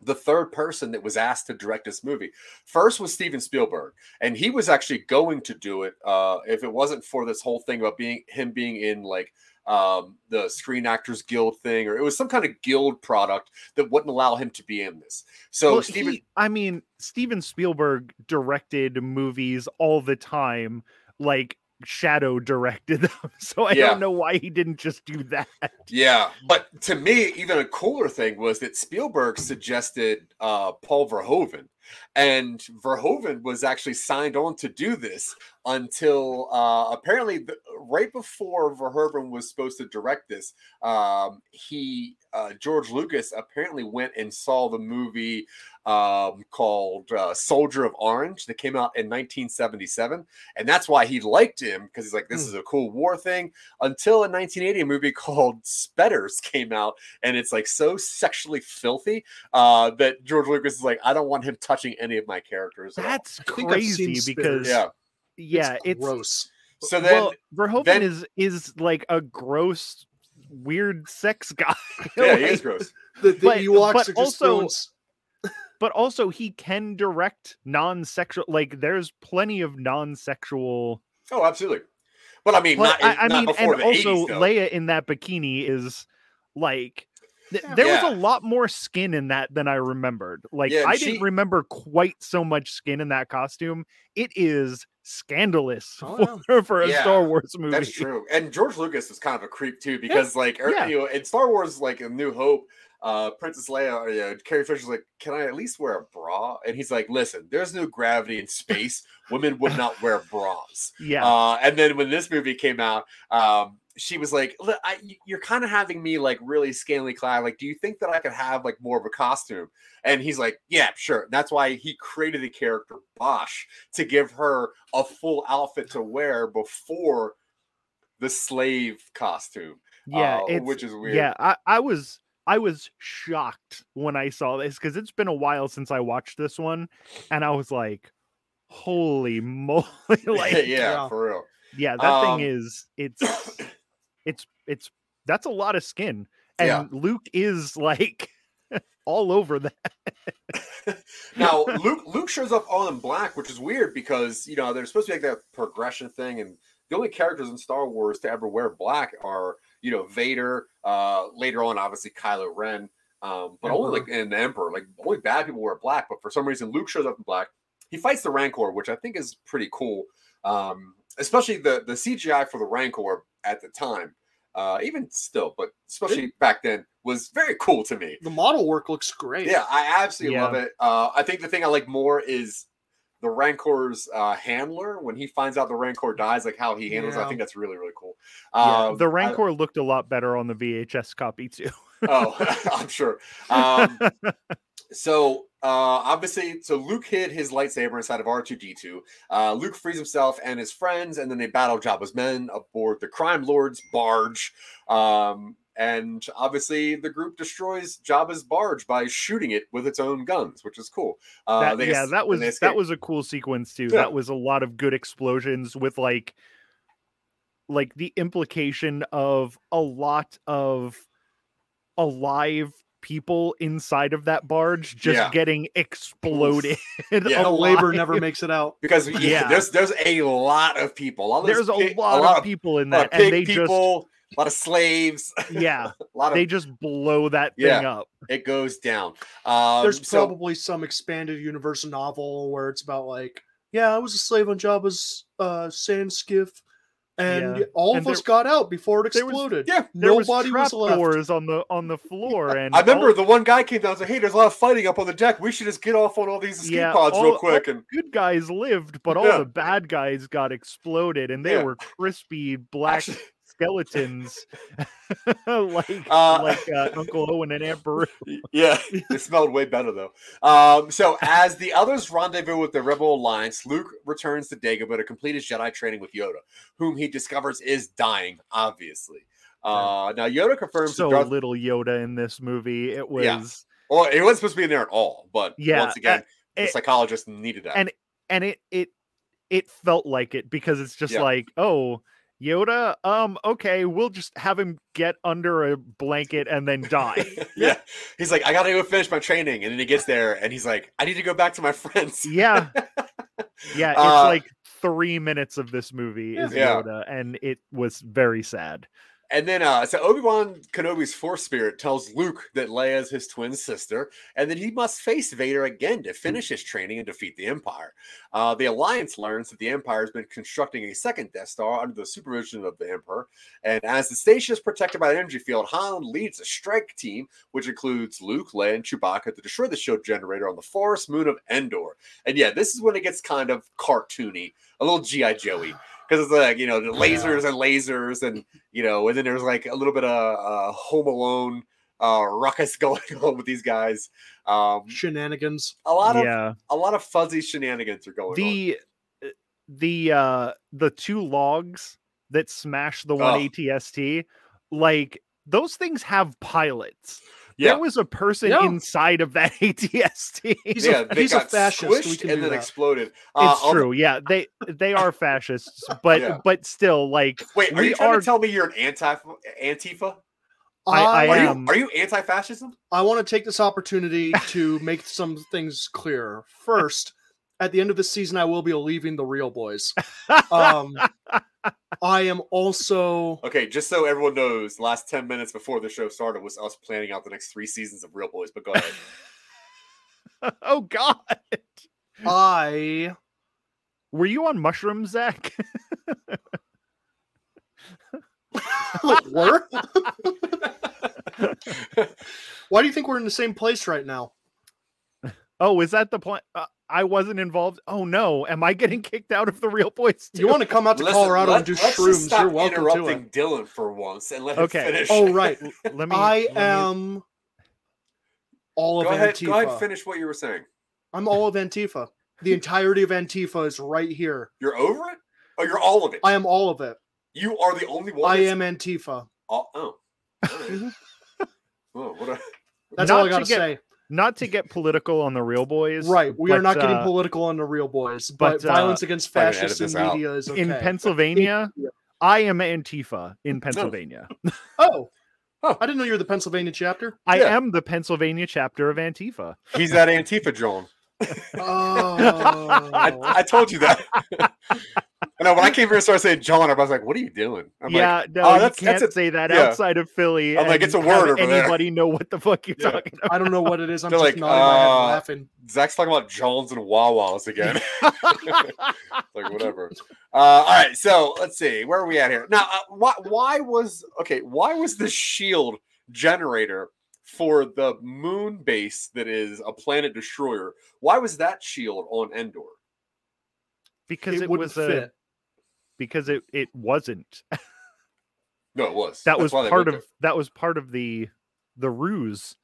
Speaker 5: the third person that was asked to direct this movie. First was Steven Spielberg, and he was actually going to do it uh, if it wasn't for this whole thing about being him being in like um, the Screen Actors Guild thing, or it was some kind of guild product that wouldn't allow him to be in this. So
Speaker 7: Well,
Speaker 5: Steven,
Speaker 7: he- I mean, Steven Spielberg directed movies all the time, like shadow directed them. So I
Speaker 5: Yeah.
Speaker 7: don't know why he didn't just do that.
Speaker 5: Yeah, but to me, even a cooler thing was that Spielberg suggested uh, Paul Verhoeven, And Verhoeven was actually signed on to do this until uh, apparently, the, right before Verhoeven was supposed to direct this, um, he uh, George Lucas apparently went and saw the movie um, called uh, Soldier of Orange that came out in 1977, and that's why he liked him because he's like, this is a cool war thing. Until a 1980 movie called Spetters came out, and it's like so sexually filthy uh, that George Lucas is like, I don't want him touching any of my characters. at all."
Speaker 7: That's
Speaker 8: think I've seen
Speaker 7: crazy
Speaker 8: Spitter.
Speaker 7: because
Speaker 5: yeah.
Speaker 7: yeah, it's,
Speaker 8: gross.
Speaker 5: So then
Speaker 7: well, Verhoeven
Speaker 5: then-
Speaker 7: is is like a gross, weird sex guy.
Speaker 5: Yeah, he
Speaker 7: Like,
Speaker 5: is gross.
Speaker 8: The, the
Speaker 7: but-
Speaker 8: Ewoks
Speaker 7: but
Speaker 8: are just
Speaker 7: also-
Speaker 8: throwing s-
Speaker 7: But also, he can direct non-sexual. Like, there's plenty of non-sexual.
Speaker 5: Oh, absolutely. But I mean,
Speaker 7: Well,
Speaker 5: not,
Speaker 7: I, I
Speaker 5: not
Speaker 7: mean,
Speaker 5: before
Speaker 7: and
Speaker 5: the
Speaker 7: also
Speaker 5: 80s, though.
Speaker 7: Leia in that bikini is like. th- There was a lot more skin in that than I remembered. Like
Speaker 5: Yeah, and
Speaker 7: I
Speaker 5: she-
Speaker 7: didn't remember quite so much skin in that costume. It is scandalous
Speaker 8: Oh,
Speaker 7: for, for a
Speaker 5: Yeah,
Speaker 7: Star Wars movie.
Speaker 5: That's true. And George Lucas was kind of a creep too, because like er-
Speaker 7: yeah.
Speaker 5: you know, in Star Wars, like in New Hope, uh, Princess Leia, or, you know, Carrie Fisher's like, "Can I at least wear a bra?" And he's like, "Listen, there's no gravity in space. Women would not wear bras."
Speaker 7: Yeah.
Speaker 5: Uh, and then when this movie came out, um, she was like, "Look, I, y- "You're kind of having me like really scantily clad. Like, do you think that I could have like more of a costume?" And he's like, "Yeah, sure." That's why he created the character Bosch to give her a full outfit to wear before the slave costume.
Speaker 7: yeah,
Speaker 5: uh,
Speaker 7: it's,
Speaker 5: which is weird.
Speaker 7: Yeah, I, I was I was shocked when I saw this because it's been a while since I watched this one, and I was like, "Holy moly!"
Speaker 5: yeah,
Speaker 7: like,
Speaker 8: yeah.
Speaker 5: for real.
Speaker 7: yeah, that
Speaker 5: Um,
Speaker 7: thing is it's it's it's that's a lot of skin, and
Speaker 5: Yeah.
Speaker 7: Luke is like all over that.
Speaker 5: now Luke Luke shows up all in black, which is weird because you know there's supposed to be like that progression thing, and the only characters in Star Wars to ever wear black are you know Vader, uh, later on obviously Kylo Ren, um, but only like in the Emperor, like only bad people wear black. But for some reason, Luke shows up in black. He fights the Rancor, which I think is pretty cool, um, especially the the CGI for the Rancor at the time. Uh, even still, but especially back then, was very cool to me.
Speaker 8: the model work looks great.
Speaker 5: Yeah, I absolutely love it. Uh, I think the thing I like more is the Rancor's uh, handler when he finds out the Rancor dies, like how he handles. it. I
Speaker 8: Yeah.
Speaker 5: think that's really really cool.
Speaker 7: Yeah,
Speaker 5: Um,
Speaker 7: the
Speaker 5: I-
Speaker 7: Rancor looked a lot better on the VHS copy too.
Speaker 5: oh, I'm sure. Um, so uh, obviously, so Luke hid his lightsaber inside of R2D2. Uh, Luke frees himself and his friends, and then they battle Jabba's men aboard the Crime Lord's barge. Um, and obviously, the group destroys Jabba's barge by shooting it with its own guns, which is cool. Uh,
Speaker 7: that,
Speaker 5: they
Speaker 7: yeah,
Speaker 5: es-
Speaker 7: that
Speaker 5: and they
Speaker 7: was
Speaker 5: escape.
Speaker 7: that was a cool sequence too.
Speaker 5: Yeah.
Speaker 7: That was a lot of good explosions with like like the implication of a lot of alive people inside of that barge just
Speaker 5: Yeah.
Speaker 7: getting exploded.
Speaker 5: Yeah.
Speaker 8: The labor
Speaker 7: alive.
Speaker 8: never makes it out.
Speaker 5: because yeah,
Speaker 7: yeah.
Speaker 5: there's there's a lot of people. A lot of those
Speaker 7: There's a lot,
Speaker 5: pig- a lot
Speaker 7: of people in
Speaker 5: a lot
Speaker 7: that,
Speaker 5: of
Speaker 7: and
Speaker 5: pig
Speaker 7: they
Speaker 5: people, a lot of slaves,
Speaker 7: just yeah,
Speaker 5: a lot of
Speaker 7: they just blow that
Speaker 5: Yeah.
Speaker 7: thing up.
Speaker 5: it goes down. Um,
Speaker 8: There's
Speaker 5: so-
Speaker 8: probably some expanded universe novel where it's about like, yeah, I was a slave on Jabba's uh, sand skiff, and
Speaker 7: Yeah.
Speaker 8: all
Speaker 7: And
Speaker 8: of us
Speaker 7: there-
Speaker 8: got out before it
Speaker 7: there was-
Speaker 8: exploded.
Speaker 5: yeah,
Speaker 7: There
Speaker 8: nobody
Speaker 7: was
Speaker 8: was, left.
Speaker 7: trapdoors on the on the floor, and
Speaker 5: I remember
Speaker 7: all-
Speaker 5: the one guy came down and said, Hey, there's a lot of fighting up on the deck. We should just get off on all these escape
Speaker 7: Yeah,
Speaker 5: pods
Speaker 7: all-
Speaker 5: real
Speaker 7: all-
Speaker 5: quick. and
Speaker 7: good guys lived, but all
Speaker 5: Yeah.
Speaker 7: the bad guys got exploded, and they
Speaker 5: Yeah.
Speaker 7: were crispy black
Speaker 5: Actually-
Speaker 7: skeletons, like
Speaker 5: Uh,
Speaker 7: like uh, Uncle Owen and Aunt Beru.
Speaker 5: yeah, it smelled way better though. Um, so, as the others rendezvous with the Rebel Alliance, Luke returns to Dagobah to complete his Jedi training with Yoda, whom he discovers is dying, obviously. Uh, now, Yoda confirms
Speaker 7: So
Speaker 5: that Darth,
Speaker 7: little Yoda in this movie. It was,
Speaker 5: Yeah. well, it wasn't supposed to be in there at all, but
Speaker 7: Yeah, uh,
Speaker 5: once again, the
Speaker 7: it-
Speaker 5: psychologist needed that.
Speaker 7: and and it it it felt like it because it's just
Speaker 5: Yeah.
Speaker 7: like oh. Yoda, um, okay, we'll just have him get under a blanket and then die.
Speaker 5: yeah, he's like, I gotta go finish my training, and then he gets there and he's like, I need to go back to my friends.
Speaker 7: yeah, yeah, it's
Speaker 5: Uh,
Speaker 7: like three minutes of this movie is
Speaker 5: Yeah.
Speaker 7: Yoda, and it was very sad.
Speaker 5: And then, uh, so Obi Wan Kenobi's Force Spirit tells Luke that Leia is his twin sister, and that he must face Vader again to finish his training and defeat the Empire. Uh, the Alliance learns that the Empire has been constructing a second Death Star under the supervision of the Emperor. And as the station is protected by an energy field, Han leads a strike team, which includes Luke, Leia, and Chewbacca, to destroy the shield generator on the forest moon of Endor. And yeah, this is when it gets kind of cartoony, a little G.I. Joey because it's like you know the lasers and lasers and you know and then there's like a little bit of uh, home alone uh, ruckus going on with these guys um
Speaker 8: Shenanigans.
Speaker 5: a lot of
Speaker 7: yeah.
Speaker 5: a lot of fuzzy shenanigans are going on
Speaker 7: The the uh the two logs that smash the one
Speaker 5: Oh.
Speaker 7: ATST, like those things have pilots.
Speaker 5: yeah
Speaker 7: There was a person
Speaker 8: Yeah.
Speaker 7: inside of that ATST.
Speaker 8: He's
Speaker 5: yeah,
Speaker 8: a,
Speaker 5: they
Speaker 8: he's a
Speaker 5: got
Speaker 8: fascist. we
Speaker 5: squished
Speaker 8: can
Speaker 5: and
Speaker 8: do
Speaker 5: then
Speaker 8: that.
Speaker 5: exploded.
Speaker 7: it's
Speaker 5: on Uh, the-
Speaker 7: true. Yeah, they they are fascists, but
Speaker 5: Yeah.
Speaker 7: but still, like
Speaker 5: Wait, are
Speaker 7: We
Speaker 5: you trying
Speaker 7: are-
Speaker 5: to tell me you're an anti Antifa?
Speaker 7: I- I
Speaker 5: Are
Speaker 8: want-
Speaker 7: am.
Speaker 5: you are you anti-fascism?
Speaker 8: I want to take this opportunity to make some things clear. First, at the end of the season, I will be leaving the Real Boys. Um, I am also
Speaker 5: Okay, just so everyone knows, the last ten minutes before the show started was us planning out the next three seasons of Real Boys. But go ahead.
Speaker 7: oh god,
Speaker 8: I
Speaker 7: were you on mushrooms, Zach?
Speaker 8: were. Why do you think we're in the same place right now?
Speaker 7: oh, is that the point? Uh, I wasn't involved. Oh no, am I getting kicked out of the Real Boys?
Speaker 8: You want to come out to
Speaker 5: Listen,
Speaker 8: Colorado
Speaker 5: let-
Speaker 8: and do
Speaker 5: let's just
Speaker 8: shrooms?
Speaker 5: stop
Speaker 8: You're welcome to
Speaker 5: interrupting
Speaker 8: it.
Speaker 5: Dylan for once and let
Speaker 7: Okay.
Speaker 5: him finish.
Speaker 8: Oh right,
Speaker 7: Let me.
Speaker 8: I
Speaker 7: let me-
Speaker 8: am all of
Speaker 5: go ahead,
Speaker 8: Antifa.
Speaker 5: go ahead, finish what you were saying.
Speaker 8: I'm all of Antifa. The entirety of Antifa is right here.
Speaker 5: You're over it. Oh, you're all of it.
Speaker 8: I am all of it.
Speaker 5: you are the only one.
Speaker 8: I
Speaker 5: that's
Speaker 8: am Antifa.
Speaker 5: all- oh. All right. Whoa, what a-
Speaker 8: That's
Speaker 7: Not
Speaker 8: all I
Speaker 7: to
Speaker 8: gotta
Speaker 7: get-
Speaker 8: say.
Speaker 7: not to get political on the Real Boys.
Speaker 8: Right. We are
Speaker 7: but,
Speaker 8: not getting
Speaker 7: uh,
Speaker 8: political on the real boys,
Speaker 7: but,
Speaker 8: but,
Speaker 7: uh,
Speaker 8: violence against
Speaker 5: I gotta edit
Speaker 8: fascists in
Speaker 5: this out.
Speaker 8: media is okay.
Speaker 7: in Pennsylvania.
Speaker 8: Yeah.
Speaker 7: I am Antifa in Pennsylvania.
Speaker 8: oh.
Speaker 5: Oh.
Speaker 8: I didn't know you were the Pennsylvania chapter.
Speaker 7: I
Speaker 5: Yeah.
Speaker 7: am the Pennsylvania chapter of Antifa.
Speaker 5: He's that Antifa John.
Speaker 8: Oh.
Speaker 5: I, I told you that. and I- when I came here and started saying John, I was like, "What are you doing?" I'm like,
Speaker 7: yeah, no,
Speaker 5: "Oh,
Speaker 7: you
Speaker 5: that's- that's
Speaker 7: can't
Speaker 5: a-
Speaker 7: say that
Speaker 5: yeah."
Speaker 7: outside of Philly.
Speaker 5: I'm like,
Speaker 7: and
Speaker 5: "It's a
Speaker 7: have
Speaker 5: word over there."
Speaker 7: Anybody know what the fuck you're
Speaker 5: Yeah.
Speaker 7: talking about?
Speaker 8: I don't know what it is. I'm
Speaker 5: They're
Speaker 8: just
Speaker 5: like,
Speaker 8: nodding my head
Speaker 5: uh,
Speaker 8: laughing.
Speaker 5: Zach's talking about Johns and Wawas again. like whatever. Uh, all right, so let's see where are we at here now. Uh, why why was okay? Why was the shield generator for the moon base that is a planet destroyer? Why was that shield on Endor?
Speaker 7: Because it,
Speaker 8: wouldn't
Speaker 7: was a
Speaker 8: fit.
Speaker 7: because it it wasn't.
Speaker 5: No, it was.
Speaker 7: That was
Speaker 5: why they
Speaker 7: part
Speaker 5: built
Speaker 7: of
Speaker 5: it.
Speaker 7: that was part of the the ruse.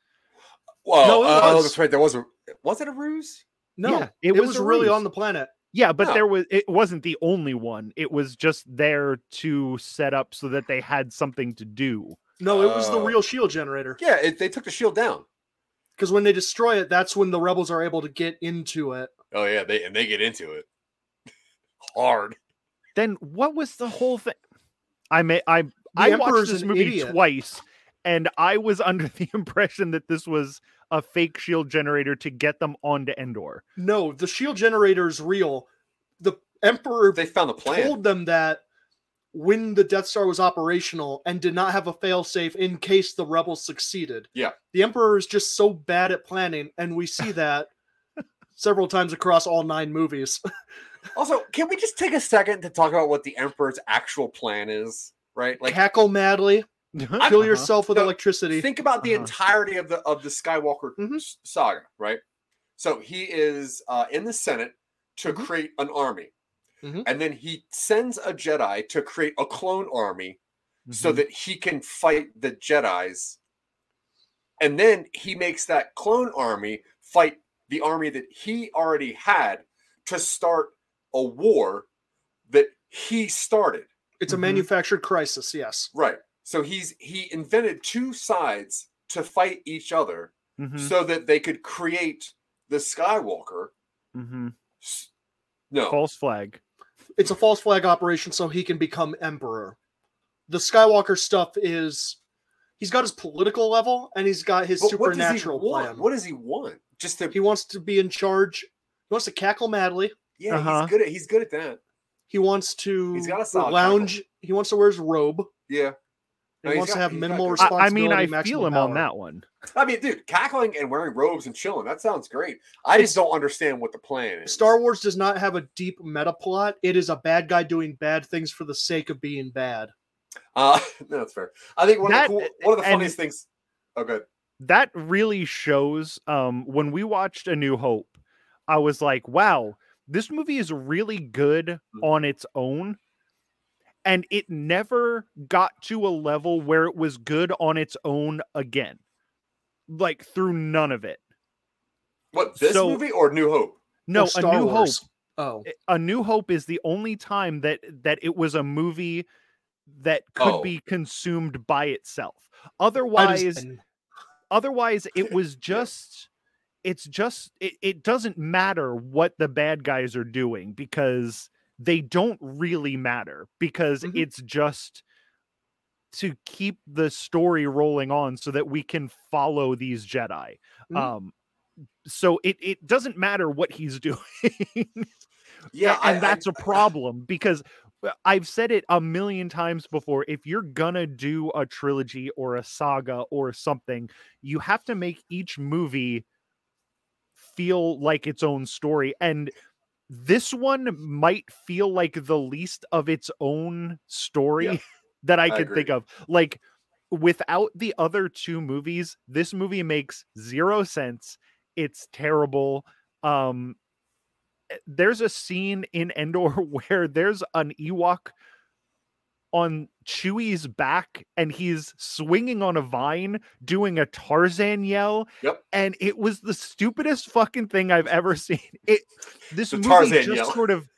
Speaker 5: Well,
Speaker 8: No, it
Speaker 5: uh, oh,
Speaker 8: was.
Speaker 5: that's right. There was a was it a ruse?
Speaker 8: No,
Speaker 7: Yeah, it
Speaker 8: it,
Speaker 7: was
Speaker 8: was,
Speaker 7: a
Speaker 8: really
Speaker 7: ruse.
Speaker 8: on the planet.
Speaker 7: Yeah, but
Speaker 5: No.
Speaker 7: there was it wasn't the only one. It was just there to set up so that they had something to do.
Speaker 8: No, it was the
Speaker 5: Oh.
Speaker 8: real shield generator.
Speaker 5: Yeah, it, they took the shield down.
Speaker 8: Because when they destroy it, that's when the rebels are able to get into it.
Speaker 5: Oh yeah, they and they get into it hard.
Speaker 7: Then what was the whole thing? I may I
Speaker 8: The
Speaker 7: I watched
Speaker 8: Emperor's
Speaker 7: this
Speaker 8: an
Speaker 7: movie
Speaker 8: idiot.
Speaker 7: twice, and I was under the impression that this was a fake shield E generator to get them onto Endor.
Speaker 8: No, the shield generator is real. The Emperor
Speaker 5: They found the plan.
Speaker 8: told them that when the Death Star was operational and did not have a failsafe in case the rebels succeeded.
Speaker 5: Yeah.
Speaker 8: The Emperor is just so bad at planning, and we see that several times across all nine movies.
Speaker 5: Also, can we just take a second to talk about what the Emperor's actual plan is? Right, like
Speaker 8: Cackle madly, kill
Speaker 7: Uh-huh.
Speaker 8: yourself with
Speaker 5: No,
Speaker 8: electricity.
Speaker 5: think about the
Speaker 7: Uh-huh.
Speaker 5: entirety of the of the Skywalker
Speaker 8: Mhm.
Speaker 5: s- saga, right? So he is uh, in the Senate to
Speaker 8: Mhm.
Speaker 5: create an army,
Speaker 8: Mhm.
Speaker 5: and then he sends a Jedi to create a clone army so
Speaker 8: Mm-hmm.
Speaker 7: Mhm.
Speaker 5: that he can fight the Jedi's, and then he makes that clone army fight the army that he already had to start a war that he started.
Speaker 8: it's a
Speaker 7: Mhm.
Speaker 8: manufactured crisis, yes.
Speaker 5: Right. So he's he invented two sides to fight each other
Speaker 8: Mm-hmm.
Speaker 7: Mhm,
Speaker 5: so that they could create the Skywalker.
Speaker 7: mhm.
Speaker 5: S- No.
Speaker 7: false flag.
Speaker 8: It's a false flag operation so he can become Emperor. The Skywalker stuff is. He's got his political level and he's got his
Speaker 5: But what does he
Speaker 8: supernatural
Speaker 5: want?
Speaker 8: plan.
Speaker 5: What does he want? Just to
Speaker 8: He wants to be in charge. He wants to cackle madly.
Speaker 5: yeah,
Speaker 7: Uh-huh.
Speaker 5: he's good at he's good at that.
Speaker 8: He wants to
Speaker 5: He's got a solid
Speaker 8: lounge. He wants to wear his robe.
Speaker 5: Yeah.
Speaker 8: He
Speaker 5: No, he's
Speaker 8: wants
Speaker 5: got-
Speaker 8: to have
Speaker 5: he's got
Speaker 8: minimal
Speaker 5: good-
Speaker 7: I, I
Speaker 8: responsibility.
Speaker 7: mean, I
Speaker 8: maximum
Speaker 7: feel him on
Speaker 8: power.
Speaker 7: that one.
Speaker 5: I mean, dude, cackling and wearing robes and chilling. That sounds great. I just don't understand what the plan is.
Speaker 8: Star Wars does not have a deep meta plot. It is a bad guy doing bad things for the sake of being bad.
Speaker 5: Uh, no, that's fair. I think one
Speaker 7: That-
Speaker 5: of the cool, one of the
Speaker 7: and-
Speaker 5: funniest things. Oh, good.
Speaker 7: that really shows um when we watched a new hope i was like wow this movie is really good on its own and it never got to a level where it was good on its own again like through none of it
Speaker 5: What this
Speaker 7: So-
Speaker 5: movie or New Hope?
Speaker 7: no
Speaker 8: Or
Speaker 7: a new hope
Speaker 8: Oh,
Speaker 7: I- a new hope is the only time that that it was a movie that could
Speaker 5: Oh.
Speaker 7: be consumed by itself otherwise otherwise it was just it's just it, it doesn't matter what the bad guys are doing because they don't really matter because
Speaker 8: Mhm.
Speaker 7: it's just to keep the story rolling on so that we can follow these jedi
Speaker 8: Mhm.
Speaker 7: um so it it doesn't matter what he's doing
Speaker 5: Yeah,
Speaker 7: and that's a problem because uh, I've said it a million times before. If you're gonna do a trilogy or a saga or something, you have to make each movie feel like its own story. And this one might feel like the least of its own story that I
Speaker 5: I
Speaker 7: could think
Speaker 5: agree.
Speaker 7: of. Like without the other two movies, this movie makes zero sense. It's terrible. Um eh, there's a scene in Endor where there's an Ewok on Chewie's back and he's swinging on a vine doing a Tarzan yell
Speaker 5: Yep.
Speaker 7: and it was the stupidest fucking thing I've ever seen. It this
Speaker 5: The
Speaker 7: movie
Speaker 5: Tarzan
Speaker 7: just
Speaker 5: yell.
Speaker 7: sort of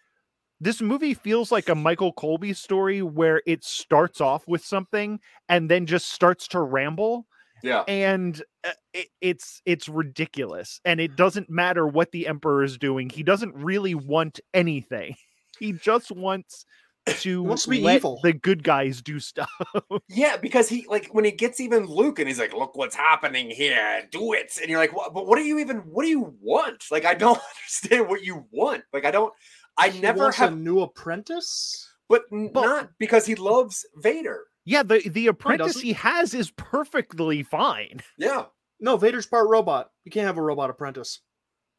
Speaker 7: this movie feels like a Michael Colby story where it starts off with something and then just starts to ramble
Speaker 5: yeah.
Speaker 7: and uh, it, it's it's ridiculous and
Speaker 8: Mm.
Speaker 7: it doesn't matter what the emperor is doing. He doesn't really want anything. He just wants to,
Speaker 8: wants to be
Speaker 7: let
Speaker 8: evil.
Speaker 7: the good guys do stuff.
Speaker 5: Yeah, because he like when he gets even Luke and he's like, "Look what's happening here, do it," and you're like, "What? But what do you even? What do you want? Like, I don't understand what you want. Like, I don't. I
Speaker 8: He
Speaker 5: never
Speaker 8: wants
Speaker 5: have.
Speaker 8: a new apprentice.
Speaker 5: but, n-
Speaker 7: Well-
Speaker 5: not because he loves Vader.
Speaker 7: Yeah, the the apprentice
Speaker 8: doesn't.
Speaker 7: he has is perfectly fine.
Speaker 5: Yeah,
Speaker 8: No, Vader's part robot. You can't have a robot apprentice.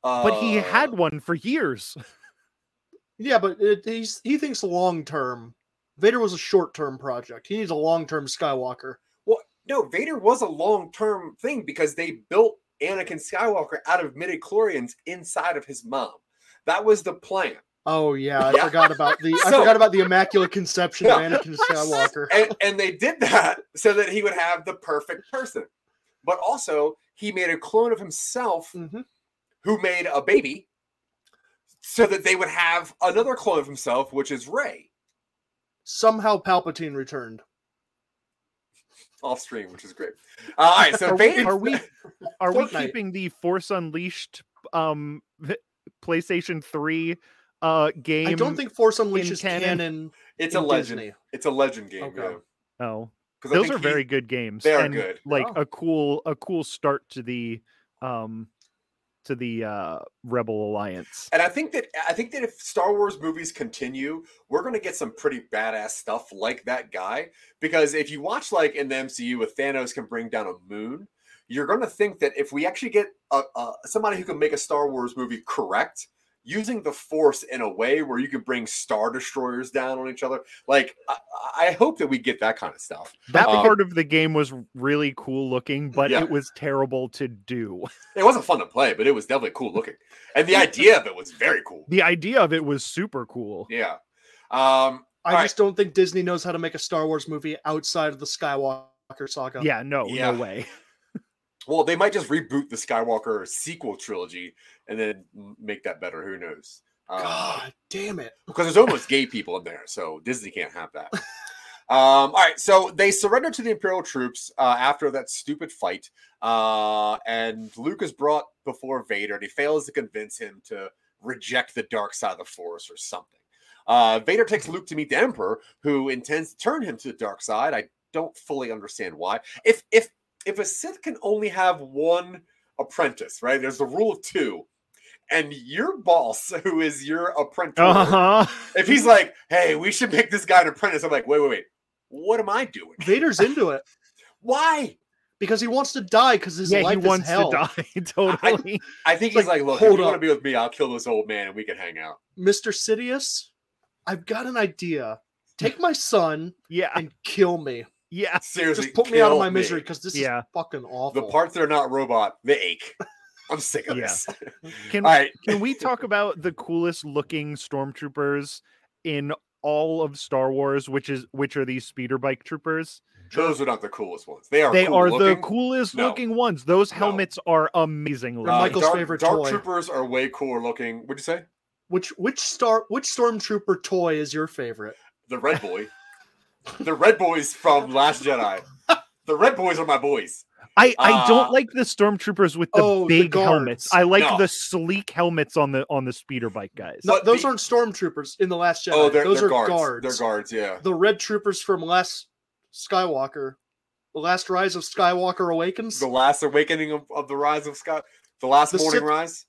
Speaker 5: uh,
Speaker 7: but he had one for years.
Speaker 8: Yeah, but it, he's he thinks long term. Vader was a short term project. He needs a long term Skywalker.
Speaker 5: Well, no, Vader was a long term thing because they built Anakin Skywalker out of midi chlorians inside of his mom. That was the plan.
Speaker 8: Oh yeah, I
Speaker 5: Yeah.
Speaker 8: forgot about the I
Speaker 5: So-
Speaker 8: forgot about the Immaculate Conception of
Speaker 5: Yeah.
Speaker 8: Anakin Skywalker.
Speaker 5: and, and they did that so that he would have the perfect person. But also, he made a clone of himself
Speaker 8: Mhm.
Speaker 5: who made a baby so that they would have another clone of himself, which is Ray
Speaker 8: Somehow Palpatine returned.
Speaker 5: off stream, which is great. Uh, all right, so
Speaker 7: Are we
Speaker 5: Vader.
Speaker 7: are we, are we
Speaker 8: Fortnite.
Speaker 7: keeping the Force Unleashed um PlayStation 3 uh game?
Speaker 8: I don't think Force Unleashed is
Speaker 7: canon.
Speaker 8: canon.
Speaker 5: It's a
Speaker 8: in
Speaker 5: legend.
Speaker 8: Disney.
Speaker 5: It's a legend game.
Speaker 8: Okay.
Speaker 5: yeah.
Speaker 7: oh,
Speaker 5: 'Cause I
Speaker 7: those
Speaker 5: think
Speaker 7: are
Speaker 5: he-
Speaker 7: very good games.
Speaker 5: they are
Speaker 7: and,
Speaker 5: good.
Speaker 7: Like
Speaker 8: Oh.
Speaker 7: a cool a cool start to the um to the uh Rebel Alliance.
Speaker 5: And I think that I think that if Star Wars movies continue, we're gonna get some pretty badass stuff like that guy. Because if you watch like in the MCU, if Thanos can bring down a moon, you're gonna think that if we actually get a, a, somebody who can make a Star Wars movie correct, using the Force in a way where you can bring Star Destroyers down on each other, like I, I hope that we get that kind of stuff.
Speaker 7: That
Speaker 5: Uh,
Speaker 7: part of the game was really cool looking, but
Speaker 5: Yeah.
Speaker 7: it was terrible to do.
Speaker 5: It wasn't fun to play, but it was definitely cool looking, and the idea of it was very cool.
Speaker 7: The idea of it was super cool.
Speaker 5: Yeah. Um,
Speaker 8: I
Speaker 5: Alright.
Speaker 8: just don't think Disney knows how to make a Star Wars movie outside of the Skywalker saga.
Speaker 7: Yeah, no,
Speaker 5: Yeah.
Speaker 7: no way.
Speaker 5: Well, they might just reboot the Skywalker sequel trilogy and then m- make that better. Who knows? Uh,
Speaker 8: God damn it.
Speaker 5: because there's almost gay people in there, so Disney can't have that. Um, all right, so they surrender to the Imperial troops uh, after that stupid fight, uh, and Luke is brought before Vader, and he fails to convince him to reject the dark side of the Force or something. Uh, Vader takes Luke to meet the Emperor, who intends to turn him to the dark side. I don't fully understand why. If if if a Sith can only have one apprentice, right? There's the rule of two, and your boss, who is your apprentice,
Speaker 7: Uh-huh.
Speaker 5: if he's like, "Hey, we should make this guy an apprentice," I'm like, "Wait, wait, wait. What am I doing?
Speaker 8: Vader's into it
Speaker 5: Why?
Speaker 8: because he wants to die because his
Speaker 7: yeah, he
Speaker 8: life
Speaker 7: wants
Speaker 8: is hell.
Speaker 7: to die totally.
Speaker 5: I think
Speaker 8: Like,
Speaker 5: he's like, look,
Speaker 8: hold
Speaker 5: if you want
Speaker 8: up.
Speaker 5: to be with me, I'll kill this old man and we can hang out.
Speaker 8: Mr. Sidious, I've got an idea. Take my son
Speaker 7: yeah,
Speaker 8: and kill me.
Speaker 7: yeah.
Speaker 5: Seriously,
Speaker 8: Just put me out of
Speaker 5: kill
Speaker 8: my misery because this
Speaker 7: Yeah.
Speaker 8: is fucking awful.
Speaker 5: The parts that are not robot, they ache. I'm sick of
Speaker 7: Yeah.
Speaker 5: this.
Speaker 7: Can
Speaker 5: All right.
Speaker 7: can we talk about the coolest looking stormtroopers in all of Star Wars, which is which are these speeder bike troopers?
Speaker 5: Those are not the coolest ones. They are
Speaker 7: they
Speaker 5: cool
Speaker 7: are the
Speaker 5: looking.
Speaker 7: coolest
Speaker 5: No.
Speaker 7: looking ones. Those
Speaker 5: No.
Speaker 7: helmets are amazing.
Speaker 8: They're
Speaker 7: looking.
Speaker 8: Michael's
Speaker 5: Uh, dark,
Speaker 8: favorite
Speaker 5: Dark
Speaker 8: toy.
Speaker 5: troopers are way cooler looking. What'd you say?
Speaker 8: Which which star which stormtrooper toy is your favorite?
Speaker 5: The Red Boy. the Red Boys from Last Jedi. The Red Boys are my boys.
Speaker 7: I, I
Speaker 5: Uh,
Speaker 7: don't like the stormtroopers with the
Speaker 8: oh, the
Speaker 7: big helmets.
Speaker 8: guards.
Speaker 7: I like
Speaker 5: No.
Speaker 7: the sleek helmets on the on the speeder bike guys.
Speaker 8: No,
Speaker 5: But
Speaker 8: those
Speaker 5: the-
Speaker 8: aren't stormtroopers in the last Jedi.
Speaker 5: Oh, they're,
Speaker 8: those
Speaker 5: they're
Speaker 8: are
Speaker 5: guards.
Speaker 8: guards.
Speaker 5: They're guards, yeah.
Speaker 8: The red troopers from last Skywalker, the last Rise of Skywalker Awakens.
Speaker 5: The
Speaker 8: The,
Speaker 5: last awakening of, of the rise of Scott. The last
Speaker 8: The
Speaker 5: morning
Speaker 8: Sith-
Speaker 5: rise.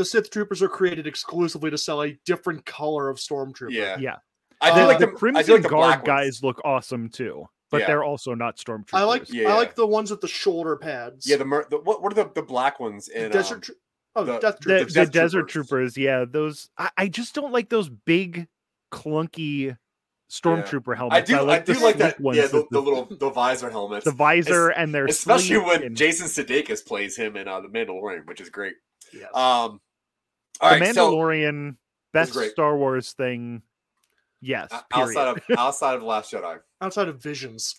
Speaker 8: Sith troopers are created exclusively to sell a different color of stormtrooper.
Speaker 5: Yeah.
Speaker 7: Yeah.
Speaker 5: I
Speaker 7: the,
Speaker 5: do
Speaker 8: Uh,
Speaker 5: like
Speaker 7: the
Speaker 5: the, I do
Speaker 7: Crimson
Speaker 5: like the
Speaker 7: Guard
Speaker 5: black ones.
Speaker 7: guys look awesome too, but
Speaker 5: Yeah.
Speaker 7: they're also not stormtroopers.
Speaker 8: I like
Speaker 5: Yeah.
Speaker 8: I like the ones with the shoulder pads.
Speaker 5: Yeah, the, mer- the what, what are the, the black ones
Speaker 8: The
Speaker 5: in
Speaker 8: desert.
Speaker 5: um,
Speaker 8: Tro- oh,
Speaker 5: the-
Speaker 8: death
Speaker 7: the,
Speaker 8: troopers.
Speaker 7: the
Speaker 5: troopers. Death
Speaker 7: desert
Speaker 5: troopers.
Speaker 7: troopers. Yeah, those. I, I just don't like those big, clunky stormtrooper
Speaker 5: I
Speaker 7: helmets.
Speaker 5: do I,
Speaker 7: like the
Speaker 5: do like that
Speaker 7: sleek ones
Speaker 5: yeah, the,
Speaker 7: with
Speaker 5: the little the visor helmets.
Speaker 7: the visor and their
Speaker 5: Especially
Speaker 7: sleek
Speaker 5: when
Speaker 7: and-
Speaker 5: Jason Sudeikis plays him in uh, The Mandalorian, which is great.
Speaker 8: Yes.
Speaker 5: Um all
Speaker 7: the
Speaker 5: right, so
Speaker 7: Mandalorian best
Speaker 5: great.
Speaker 7: Star Wars thing. Yes,
Speaker 5: o-
Speaker 7: period.
Speaker 5: outside of outside of Last Jedi.
Speaker 8: outside of visions.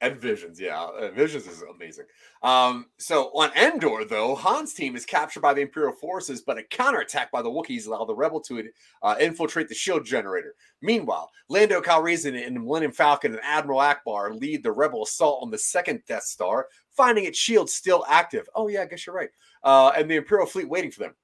Speaker 5: And Visions, yeah. uh, Visions is amazing. Um, so on Endor, though, Han's team is captured by the Imperial forces, but a counterattack by the Wookiees allow the Rebel to uh, infiltrate the shield generator. Meanwhile, Lando Calrissian and the Millennium Falcon and Admiral Akbar lead the Rebel assault on the second Death Star, finding its shield still active. Oh, yeah, I guess you're right. Uh, and the Imperial fleet waiting for them.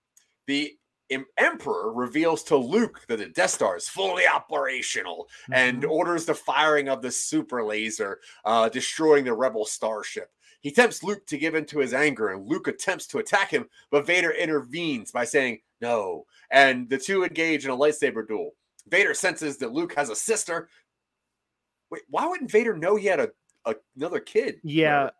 Speaker 5: The Em- Emperor reveals to Luke that the Death Star is fully operational and orders the firing of the super laser, uh, destroying the rebel starship. He tempts Luke to give in to his anger, and Luke attempts to attack him, but Vader intervenes by saying no. And the two engage in a lightsaber duel. Vader senses that Luke has a sister. Wait, why wouldn't Vader know he had a, a another kid?
Speaker 7: yeah,
Speaker 5: Right.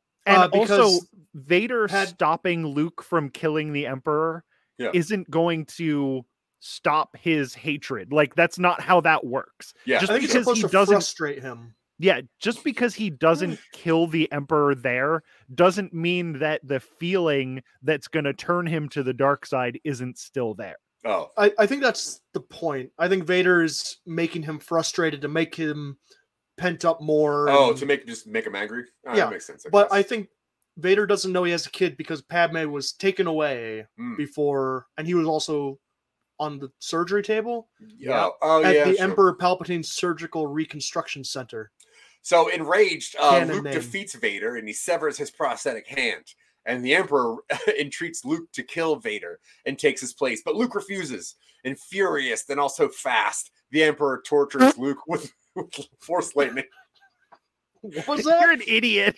Speaker 7: and
Speaker 8: Uh,
Speaker 7: also
Speaker 8: because
Speaker 7: Vader
Speaker 8: had-
Speaker 7: stopping Luke from killing the Emperor
Speaker 5: Yeah.
Speaker 7: isn't going to stop his hatred. Like that's not how that works.
Speaker 5: Yeah,
Speaker 7: Just
Speaker 8: I think it's
Speaker 7: because
Speaker 8: supposed
Speaker 7: he
Speaker 8: to
Speaker 7: doesn't-
Speaker 8: frustrate him.
Speaker 7: Yeah, just because he doesn't kill the emperor there doesn't mean that the feeling that's going to turn him to the dark side isn't still there.
Speaker 5: oh,
Speaker 8: I, I think that's the point. I think Vader is making him frustrated to make him pent up more.
Speaker 5: oh,
Speaker 8: and-
Speaker 5: to make just make him angry. All right,
Speaker 8: um, Yeah,
Speaker 5: that makes sense.
Speaker 8: but
Speaker 5: guess.
Speaker 8: I think Vader doesn't know he has a kid because Padme was taken away
Speaker 5: Mm.
Speaker 8: before, and he was also on the surgery table
Speaker 5: yeah. Oh,
Speaker 8: at
Speaker 5: yeah.
Speaker 8: the
Speaker 5: sure.
Speaker 8: Emperor Palpatine's Surgical Reconstruction Center.
Speaker 5: So enraged, uh,
Speaker 8: Canon
Speaker 5: Luke
Speaker 8: name.
Speaker 5: defeats Vader and he severs his prosthetic hand. And the Emperor entreats Luke to kill Vader and takes his place, but Luke refuses. And furious and also fast, the Emperor tortures Luke with, with force lightning.
Speaker 8: What was
Speaker 7: You're
Speaker 8: that?
Speaker 7: an idiot.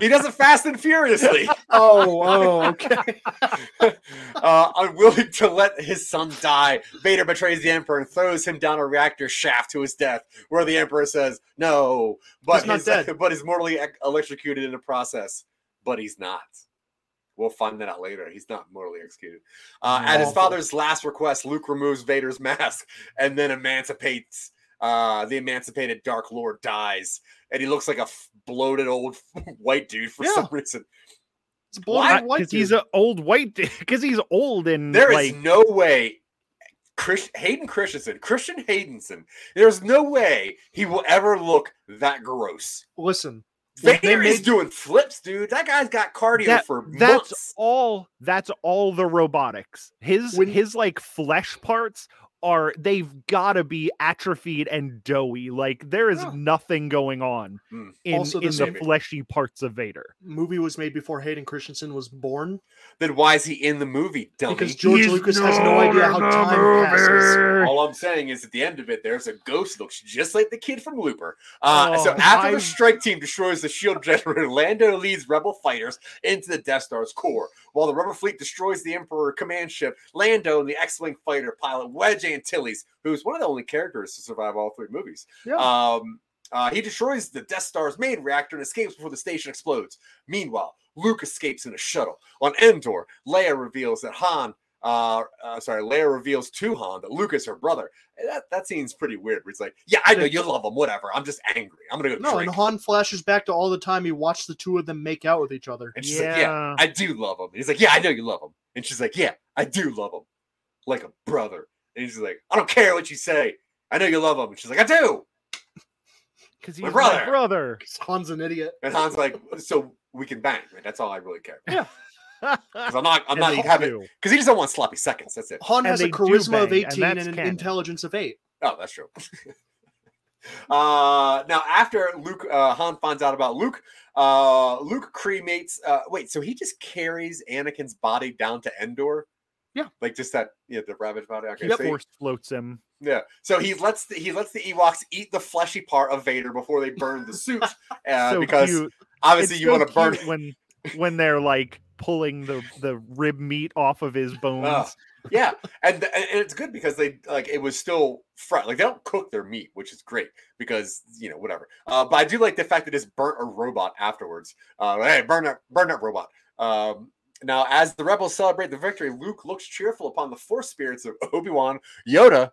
Speaker 5: He does it fast and furiously,
Speaker 8: oh, oh, okay.
Speaker 5: uh, unwilling to let his son die. Vader betrays the Emperor and throws him down a reactor shaft to his death, where the Emperor says no, but
Speaker 8: He's not
Speaker 5: his-
Speaker 8: dead.
Speaker 5: but is mortally ec- electrocuted in the process. But he's not. We'll find that out later. He's not mortally executed. Uh, at his
Speaker 8: Awful.
Speaker 5: father's last request, Luke removes Vader's mask and then emancipates. Uh, the emancipated Dark Lord dies, and he looks like a f- bloated old white dude for
Speaker 8: Yeah.
Speaker 5: some reason.
Speaker 8: It's a bloody white
Speaker 7: Because he's
Speaker 8: dude.
Speaker 7: an old white. Because he's old and
Speaker 5: There is
Speaker 7: like
Speaker 5: no way Chris Hayden Christensen, Christian Haydenson, there's no way he will ever look that gross.
Speaker 8: Listen, Well, they
Speaker 5: Vader is
Speaker 8: made-
Speaker 5: doing flips, dude. That guy's got cardio
Speaker 7: that-
Speaker 5: for
Speaker 7: that's
Speaker 5: months.
Speaker 7: all. That's all the robotics. His
Speaker 8: When-
Speaker 7: his like flesh parts are they've got to be atrophied and doughy. Like there is
Speaker 8: Yeah.
Speaker 7: nothing going on
Speaker 5: Mm.
Speaker 7: in
Speaker 8: Also,
Speaker 7: in
Speaker 8: this
Speaker 7: the
Speaker 5: movie-
Speaker 7: fleshy parts of Vader.
Speaker 8: movie was made before Hayden Christensen was born.
Speaker 5: Then why is he in the movie, dummy?
Speaker 8: because George Lucas has no idea how time passes.
Speaker 5: all I'm saying is at the end of it, there's a ghost looks just like the kid from Looper. Uh, so
Speaker 7: Oh,
Speaker 5: after
Speaker 7: I-
Speaker 5: the strike team destroys the shield generator, Lando leads rebel fighters into the Death Star's core. While the rebel fleet destroys the Emperor command ship, Lando and the X-wing fighter pilot Wedge Antilles, who's one of the only characters to survive all three movies,
Speaker 8: Yeah.
Speaker 5: um, Uh, he destroys the Death Star's main reactor and escapes before the station explodes. Meanwhile, Luke escapes in a shuttle. On Endor, Leia reveals that Han, uh, uh, sorry, Leia reveals to Han that Luke is her brother. And that, that seems pretty weird. Where it's like, yeah, I know you love him, whatever. I'm just angry. I'm going to go
Speaker 8: No, and
Speaker 5: drink.
Speaker 8: Han flashes back to all the time he watched the two of them make out with each other.
Speaker 5: And she's like, yeah, I do love him. And he's like, yeah, I know you love him. And she's like, yeah, I do love him. Like a brother. And he's like, I don't care what you say. I know you love him. And she's like, I do.
Speaker 7: because he's
Speaker 5: My
Speaker 7: my brother.
Speaker 5: brother.
Speaker 8: Han's an idiot.
Speaker 5: And Han's like, so we can bang. And that's all I really care.
Speaker 8: Yeah.
Speaker 5: Because I'm not, I'm not having, because he just don't want sloppy seconds. That's it.
Speaker 8: Han
Speaker 7: And
Speaker 8: has a
Speaker 7: they do
Speaker 8: charisma of
Speaker 7: bang, and
Speaker 8: 18 and,
Speaker 7: that's
Speaker 8: an
Speaker 7: canon.
Speaker 8: intelligence of 8.
Speaker 5: Oh, that's true. uh, now, after Luke, uh, Han finds out about Luke, uh, Luke cremates. Uh, wait, so he just carries Anakin's body down to Endor?
Speaker 8: Yeah.
Speaker 5: like just that. Yeah, the ravaged body. Okay,
Speaker 8: Yep.
Speaker 5: so he-
Speaker 7: Force floats him.
Speaker 5: yeah, so he lets the, he lets the Ewoks eat the fleshy part of Vader before they burn the suit, uh,
Speaker 7: so
Speaker 5: because
Speaker 7: cute.
Speaker 5: obviously
Speaker 7: It's
Speaker 5: you
Speaker 7: so
Speaker 5: want to burn.
Speaker 7: cute when when they're like pulling the the rib meat off of his bones.
Speaker 5: yeah, and, th- and and it's good because they like it was still fresh. Like they don't cook their meat, which is great because you know whatever. Uh, but I do like the fact that it's burnt a robot afterwards. Uh, hey, burn that, burn that robot. Um, now, as the rebels celebrate the victory, Luke looks cheerful upon the force spirits of Obi Wan, Yoda,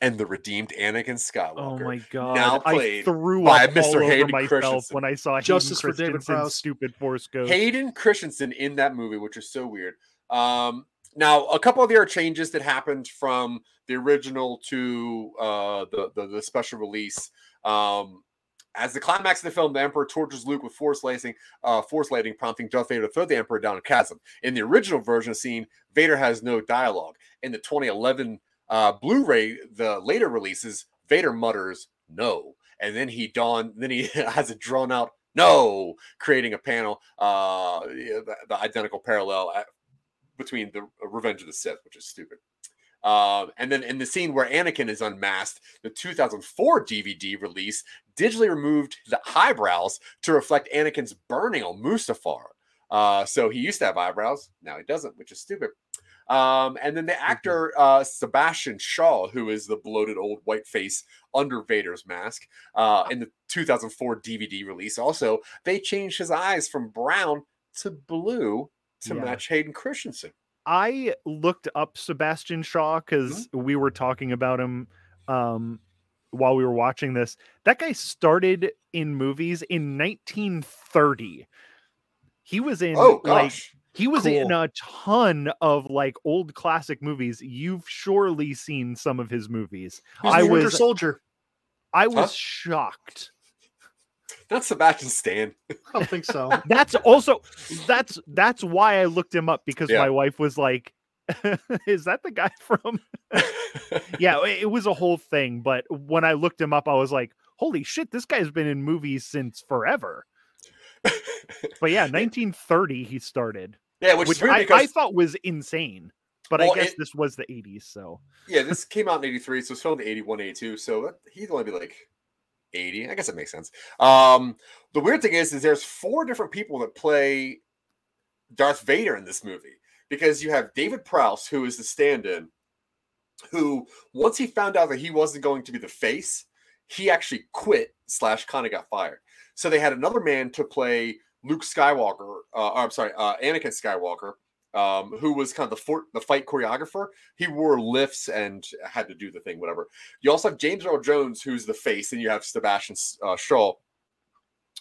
Speaker 5: and the redeemed Anakin Skywalker.
Speaker 7: Oh my god!
Speaker 5: Now
Speaker 7: I
Speaker 5: played
Speaker 7: threw
Speaker 5: by
Speaker 7: up
Speaker 5: Mr.
Speaker 7: all over
Speaker 5: Hayden
Speaker 7: myself
Speaker 5: Christensen.
Speaker 7: when I saw Hayden
Speaker 8: Justice for David
Speaker 7: Christensen's
Speaker 8: Prowse.
Speaker 7: stupid force ghost.
Speaker 5: Hayden Christensen in that movie, which is so weird. Um, now, a couple of the other changes that happened from the original to uh, the, the the special release. Um, as the climax of the film, the Emperor tortures Luke with force lacing, uh, force lighting, prompting Darth Vader to throw the Emperor down a chasm. In the original version of the scene, Vader has no dialogue. In the 2011 uh, Blu-ray, the later releases, Vader mutters "No," and then he dawn, then he has a drawn out "No," creating a panel, uh, yeah, the, the identical parallel uh, between the uh, Revenge of the Sith, which is stupid. Um, and then in the scene where Anakin is unmasked, the 2004 DVD release digitally removed the eyebrows to reflect Anakin's burning on Mustafar. Uh, so he used to have eyebrows, now he doesn't, which is stupid. Um, and then the actor uh, Sebastian Shaw, who is the bloated old white face under Vader's mask, uh, in the 2004 DVD release, also they changed his eyes from brown to blue to
Speaker 7: Yeah.
Speaker 5: match Hayden Christensen.
Speaker 7: I looked up Sebastian Shaw because
Speaker 5: Mm-hmm.
Speaker 7: we were talking about him um, while we were watching this. That guy started in movies in 1930. He was in
Speaker 5: oh
Speaker 7: like
Speaker 5: gosh.
Speaker 7: he was in
Speaker 8: Cool.
Speaker 7: a ton of like old classic movies. You've surely seen some of his movies.
Speaker 8: He's
Speaker 7: I
Speaker 8: the Winter
Speaker 7: was-
Speaker 8: Soldier.
Speaker 7: I was
Speaker 5: Huh?
Speaker 7: shocked.
Speaker 5: Not Sebastian Stan.
Speaker 8: I don't think so.
Speaker 7: That's also that's that's why I looked him up because
Speaker 5: Yeah.
Speaker 7: my wife was like, "Is that the guy from yeah, it- it was a whole thing. But when I looked him up, I was like, holy shit, this guy's been in movies since forever. But yeah, 1930 he started,
Speaker 5: yeah, which,
Speaker 7: which,
Speaker 5: is weird
Speaker 7: I,
Speaker 5: because
Speaker 7: I thought was insane. But
Speaker 5: Well,
Speaker 7: I guess
Speaker 5: it-
Speaker 7: this was the 80s, so
Speaker 5: yeah, this came out in 83, so it's filmed in 81, 82. So that, he'd only be like 80. I guess that makes sense. Um, the weird thing is, is there's four different people that play Darth Vader in this movie because you have David Prowse, who is the stand in, who once he found out that he wasn't going to be the face, he actually quit slash kind of got fired. So they had another man to play Luke Skywalker, uh, I'm sorry, uh, Anakin Skywalker, um, who was kind of the fort, the fight choreographer. He wore lifts and had to do the thing, whatever. You also have James Earl Jones, who's the face, and you have Sebastian S- uh, Shaw.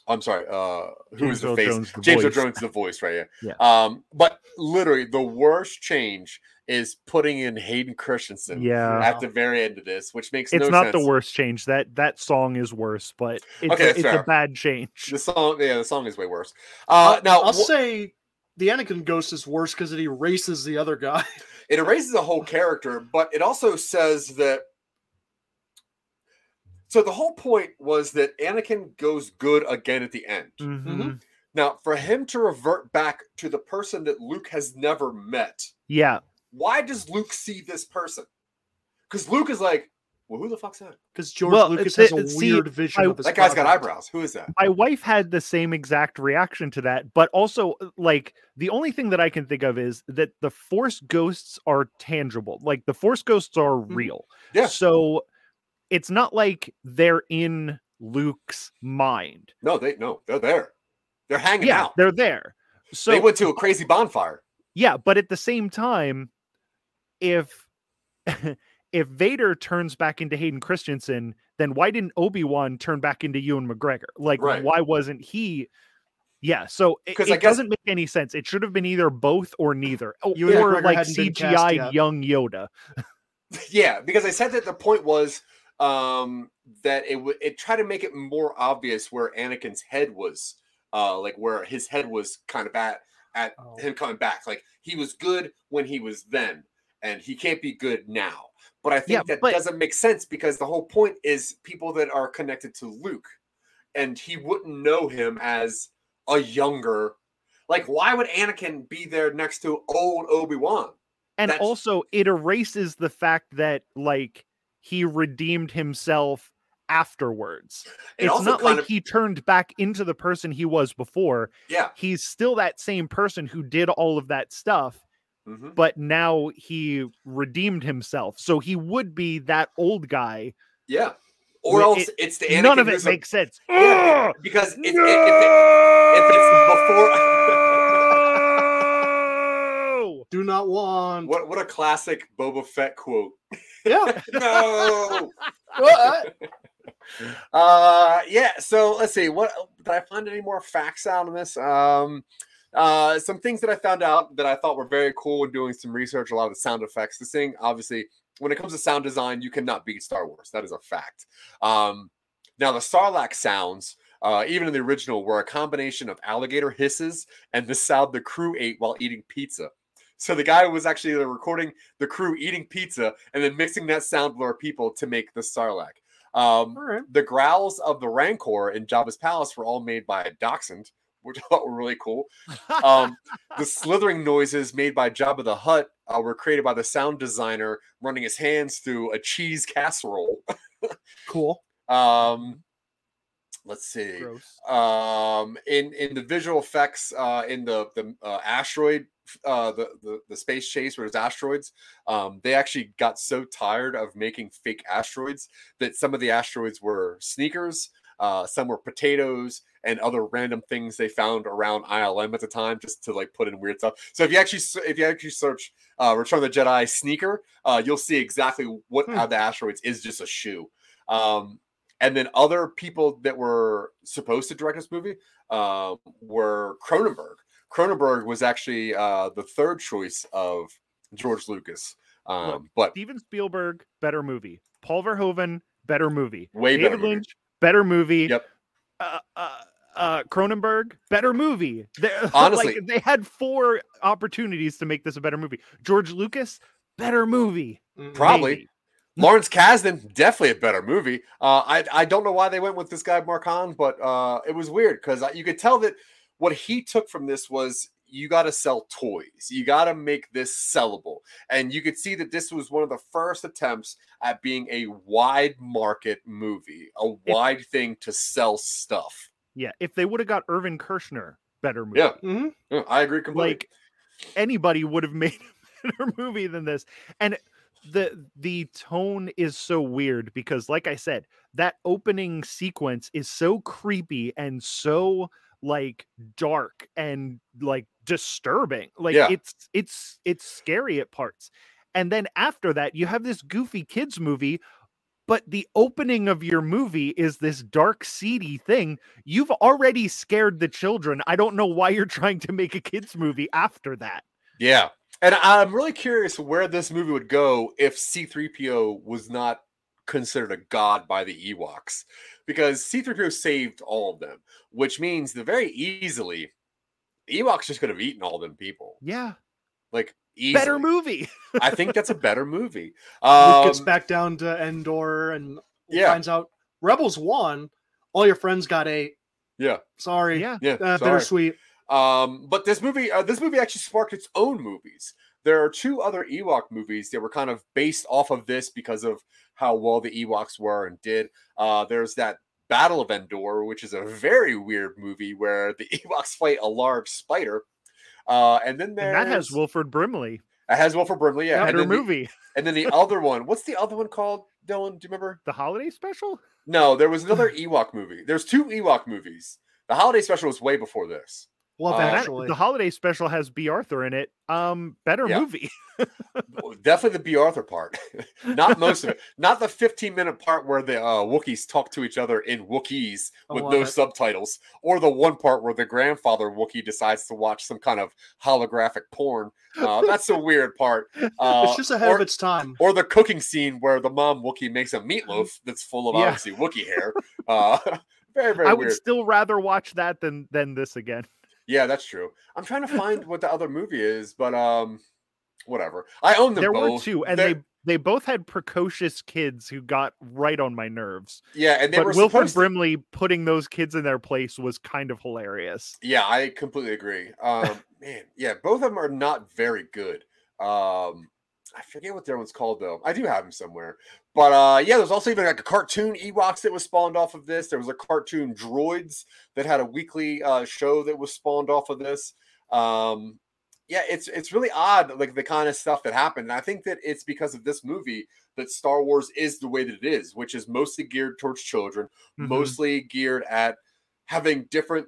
Speaker 5: I'm sorry, uh, who
Speaker 7: James
Speaker 5: is the
Speaker 7: Earl
Speaker 5: face?
Speaker 7: Jones, the
Speaker 5: James Earl
Speaker 7: voice.
Speaker 5: Jones, is the voice, right? Yeah. Um, but literally, the worst change is putting in Hayden Christensen
Speaker 7: yeah,
Speaker 5: at the very end of this, which makes
Speaker 7: it's
Speaker 5: no
Speaker 7: not
Speaker 5: sense.
Speaker 7: the worst change. That that song is worse, but it's,
Speaker 5: Okay,
Speaker 7: a, it's
Speaker 5: fair.
Speaker 7: a bad change.
Speaker 5: The song, yeah, the song is way worse. Uh, now
Speaker 8: I'll
Speaker 5: wh-
Speaker 8: say the Anakin ghost is worse because it erases the other guy.
Speaker 5: it erases a whole character, but it also says that. So the whole point was that Anakin goes good again at the end. Mm-hmm.
Speaker 7: Mhm.
Speaker 5: Now, for him to revert back to the person that Luke has never met,
Speaker 7: Yeah,
Speaker 5: why does Luke see this person? Because Luke is like, well, who the fuck's that?
Speaker 8: Because George
Speaker 7: Well,
Speaker 8: Lucas
Speaker 7: it-
Speaker 8: has a
Speaker 7: it- see,
Speaker 8: weird vision
Speaker 7: I-
Speaker 8: of his
Speaker 5: That guy's got
Speaker 8: product.
Speaker 5: eyebrows. Who is that?
Speaker 7: my wife had the same exact reaction to that but also uh, like the only thing that i can think of is that the force ghosts are tangible like the force ghosts are real
Speaker 5: Mm-hmm. Yeah.
Speaker 7: so it's not like they're in Luke's mind.
Speaker 5: No, they no, they're there. They're hanging
Speaker 7: yeah,
Speaker 5: out.
Speaker 7: they're there. So
Speaker 5: they went to a crazy bonfire.
Speaker 7: yeah, but at the same time, if if Vader turns back into Hayden Christensen, then why didn't Obi Wan turn back into Ewan McGregor? Like,
Speaker 5: Right.
Speaker 7: why wasn't he? Yeah, so it,
Speaker 5: 'Cause I
Speaker 7: it
Speaker 5: guess-
Speaker 7: doesn't make any sense. It should have been either both or neither, O-
Speaker 8: Ewan
Speaker 7: or
Speaker 8: McGregor
Speaker 7: like
Speaker 8: hadn't been cast
Speaker 7: CGI
Speaker 8: yet.
Speaker 7: young Yoda.
Speaker 5: yeah, because I said that the point was um that it would it tried to make it more obvious where Anakin's head was, uh like where his head was kind of at at
Speaker 8: Oh.
Speaker 5: him coming back. Like he was good when he was then, and he can't be good now. But I think
Speaker 7: Yeah,
Speaker 5: that
Speaker 7: but-
Speaker 5: doesn't make sense because the whole point is people that are connected to Luke, and he wouldn't know him as a younger. Like, why would Anakin be there next to old Obi Wan?
Speaker 7: and
Speaker 5: That's-
Speaker 7: also it erases the fact that like he redeemed himself afterwards
Speaker 5: It
Speaker 7: it's
Speaker 5: also
Speaker 7: not
Speaker 5: kind
Speaker 7: like
Speaker 5: of-
Speaker 7: he turned back into the person he was before
Speaker 5: Yeah.
Speaker 7: he's still that same person who did all of that stuff
Speaker 5: Mhm.
Speaker 7: but now he redeemed himself so he would be that old guy
Speaker 5: Yeah. Or
Speaker 7: Wh-
Speaker 5: else
Speaker 7: it-
Speaker 5: it's the Anakin
Speaker 7: none of it
Speaker 5: who's a-
Speaker 7: makes sense
Speaker 5: Yeah,
Speaker 7: Ugh!
Speaker 5: because if, if, if, if it's
Speaker 7: No!
Speaker 5: before
Speaker 8: Do not want.
Speaker 5: what what a classic Boba Fett quote.
Speaker 8: Yeah.
Speaker 5: no. uh yeah, so let's see. What did I find any more facts out of this? Um uh some things that I found out that I thought were very cool when doing some research, a lot of the sound effects. This thing, obviously, when it comes to sound design, you cannot beat Star Wars. That is a fact. Um now the Sarlacc sounds uh, even in the original, were a combination of alligator hisses and the sound the crew ate while eating pizza. So the guy was actually recording the crew eating pizza and then mixing that sound with our people to make the Sarlacc. Um,
Speaker 8: All right.
Speaker 5: the growls of the Rancor in Jabba's palace were all made by a dachshund, which I thought were really cool. Um, the slithering noises made by Jabba the Hutt uh, were created by the sound designer running his hands through a cheese casserole.
Speaker 8: Cool.
Speaker 5: Um, let's see
Speaker 7: Gross.
Speaker 5: um in in the visual effects uh in the the uh, asteroid uh the, the the space chase where there's asteroids um they actually got so tired of making fake asteroids that some of the asteroids were sneakers uh some were potatoes and other random things they found around ilm at the time just to like put in weird stuff so if you actually s- if you actually search uh return of the jedi sneaker uh you'll see exactly what
Speaker 8: Hmm.
Speaker 5: out of the asteroids is just a shoe um and then other people that were supposed to direct this movie um, were Cronenberg. Cronenberg was actually uh, the third choice of George Lucas, um,
Speaker 7: Look,
Speaker 5: but
Speaker 7: Steven Spielberg, better movie. Paul Verhoeven, better movie.
Speaker 5: way
Speaker 7: David
Speaker 5: better. movie.
Speaker 7: Lynch, better movie.
Speaker 5: Yep.
Speaker 7: Uh, uh, uh, Cronenberg, better movie. They're- like,
Speaker 5: Honestly.
Speaker 7: they had four opportunities to make this a better movie. George Lucas, better movie.
Speaker 8: Mm.
Speaker 5: Probably.
Speaker 7: maybe.
Speaker 5: Lawrence Kasdan, definitely a better movie. Uh, I I don't know why they went with this guy Marcon, but uh, it was weird because you could tell that what he took from this was you got to sell toys, you got to make this sellable, and you could see that this was one of the first attempts at being a wide market movie, a wide thing to sell stuff.
Speaker 7: Yeah. If they would have got Irvin Kershner, better movie.
Speaker 5: Yeah,
Speaker 8: Mhm.
Speaker 5: yeah, I agree completely.
Speaker 7: like anybody would have made a better movie than this and the the tone is so weird because like i said that opening sequence is so creepy and so like dark and like disturbing like
Speaker 5: Yeah.
Speaker 7: it's it's it's scary at parts and then after that you have this goofy kids movie but the opening of your movie is this dark seedy thing you've already scared the children. I don't know why you're trying to make a kids movie after that.
Speaker 5: Yeah. And I'm really curious where this movie would go if C3PO was not considered a god by the Ewoks because C3PO saved all of them, which means that very easily the Ewoks just could have eaten all them people.
Speaker 7: Yeah,
Speaker 5: Like easily.
Speaker 7: better movie.
Speaker 5: I think that's a better movie.
Speaker 8: Luke
Speaker 5: Um,
Speaker 8: gets back down to Endor and
Speaker 5: yeah.
Speaker 8: finds out Rebels won. All your friends got eight.
Speaker 5: Yeah.
Speaker 8: Sorry.
Speaker 7: Yeah,
Speaker 5: Yeah.
Speaker 8: Uh,
Speaker 5: sorry.
Speaker 8: bittersweet.
Speaker 5: Um, but this movie, uh, this movie actually sparked its own movies. There are two other Ewok movies that were kind of based off of this because of how well the Ewoks were and did. Uh, there's that Battle of Endor, which is a very weird movie where the Ewoks fight a large spider. Uh, and then
Speaker 7: And
Speaker 5: there's
Speaker 7: that has Wilfred Brimley.
Speaker 5: it has Wilford Brimley. Yeah,
Speaker 7: Better
Speaker 5: and then the-
Speaker 7: movie.
Speaker 5: and then the other one. What's the other one called? Dylan? Do you remember?
Speaker 7: The holiday special?
Speaker 5: No, there was another Ewok movie. There's two Ewok movies. The holiday special was way before this.
Speaker 8: Love
Speaker 5: Uh, that-
Speaker 8: Actually.
Speaker 7: The holiday special has B. Arthur in it. Um, better
Speaker 5: Yeah.
Speaker 7: movie.
Speaker 5: Well, Oh, Definitely the B. Arthur part. Not most of it. Not the 15 minute part where the uh, Wookiees talk to each other in Wookiees
Speaker 8: I
Speaker 5: with
Speaker 8: love
Speaker 5: no
Speaker 8: it.
Speaker 5: subtitles, or the one part where the grandfather Wookiee decides to watch some kind of holographic porn. Uh, that's a weird part. Uh,
Speaker 8: it's just ahead
Speaker 5: or-
Speaker 8: of its time.
Speaker 5: or the cooking scene where the mom Wookiee makes a meatloaf that's full of
Speaker 7: Yeah.
Speaker 5: obviously Wookiee hair. Uh, very, very
Speaker 7: I would
Speaker 5: weird.
Speaker 7: still rather watch that than than this again.
Speaker 5: Yeah, that's true. I'm trying to find what the other movie is, but um, whatever. I own them
Speaker 7: there
Speaker 5: both.
Speaker 7: were two, and
Speaker 5: They're-
Speaker 7: they they both had precocious kids who got right on my nerves.
Speaker 5: yeah, and they were
Speaker 7: but Wilfred
Speaker 5: supposed. to-
Speaker 7: Brimley putting those kids in their place was kind of hilarious.
Speaker 5: yeah, I completely agree. Um, man, yeah, both of them are not very good. Um, I forget what their one's called though. I do have them somewhere. But uh, yeah, there's also even like a cartoon Ewoks that was spawned off of this. There was a cartoon Droids that had a weekly uh, show that was spawned off of this. Um, yeah, it's it's really odd, like the kind of stuff that happened. And I think that it's because of this movie that Star Wars is the way that it is, which is mostly geared towards children,
Speaker 7: Mhm.
Speaker 5: mostly geared at having different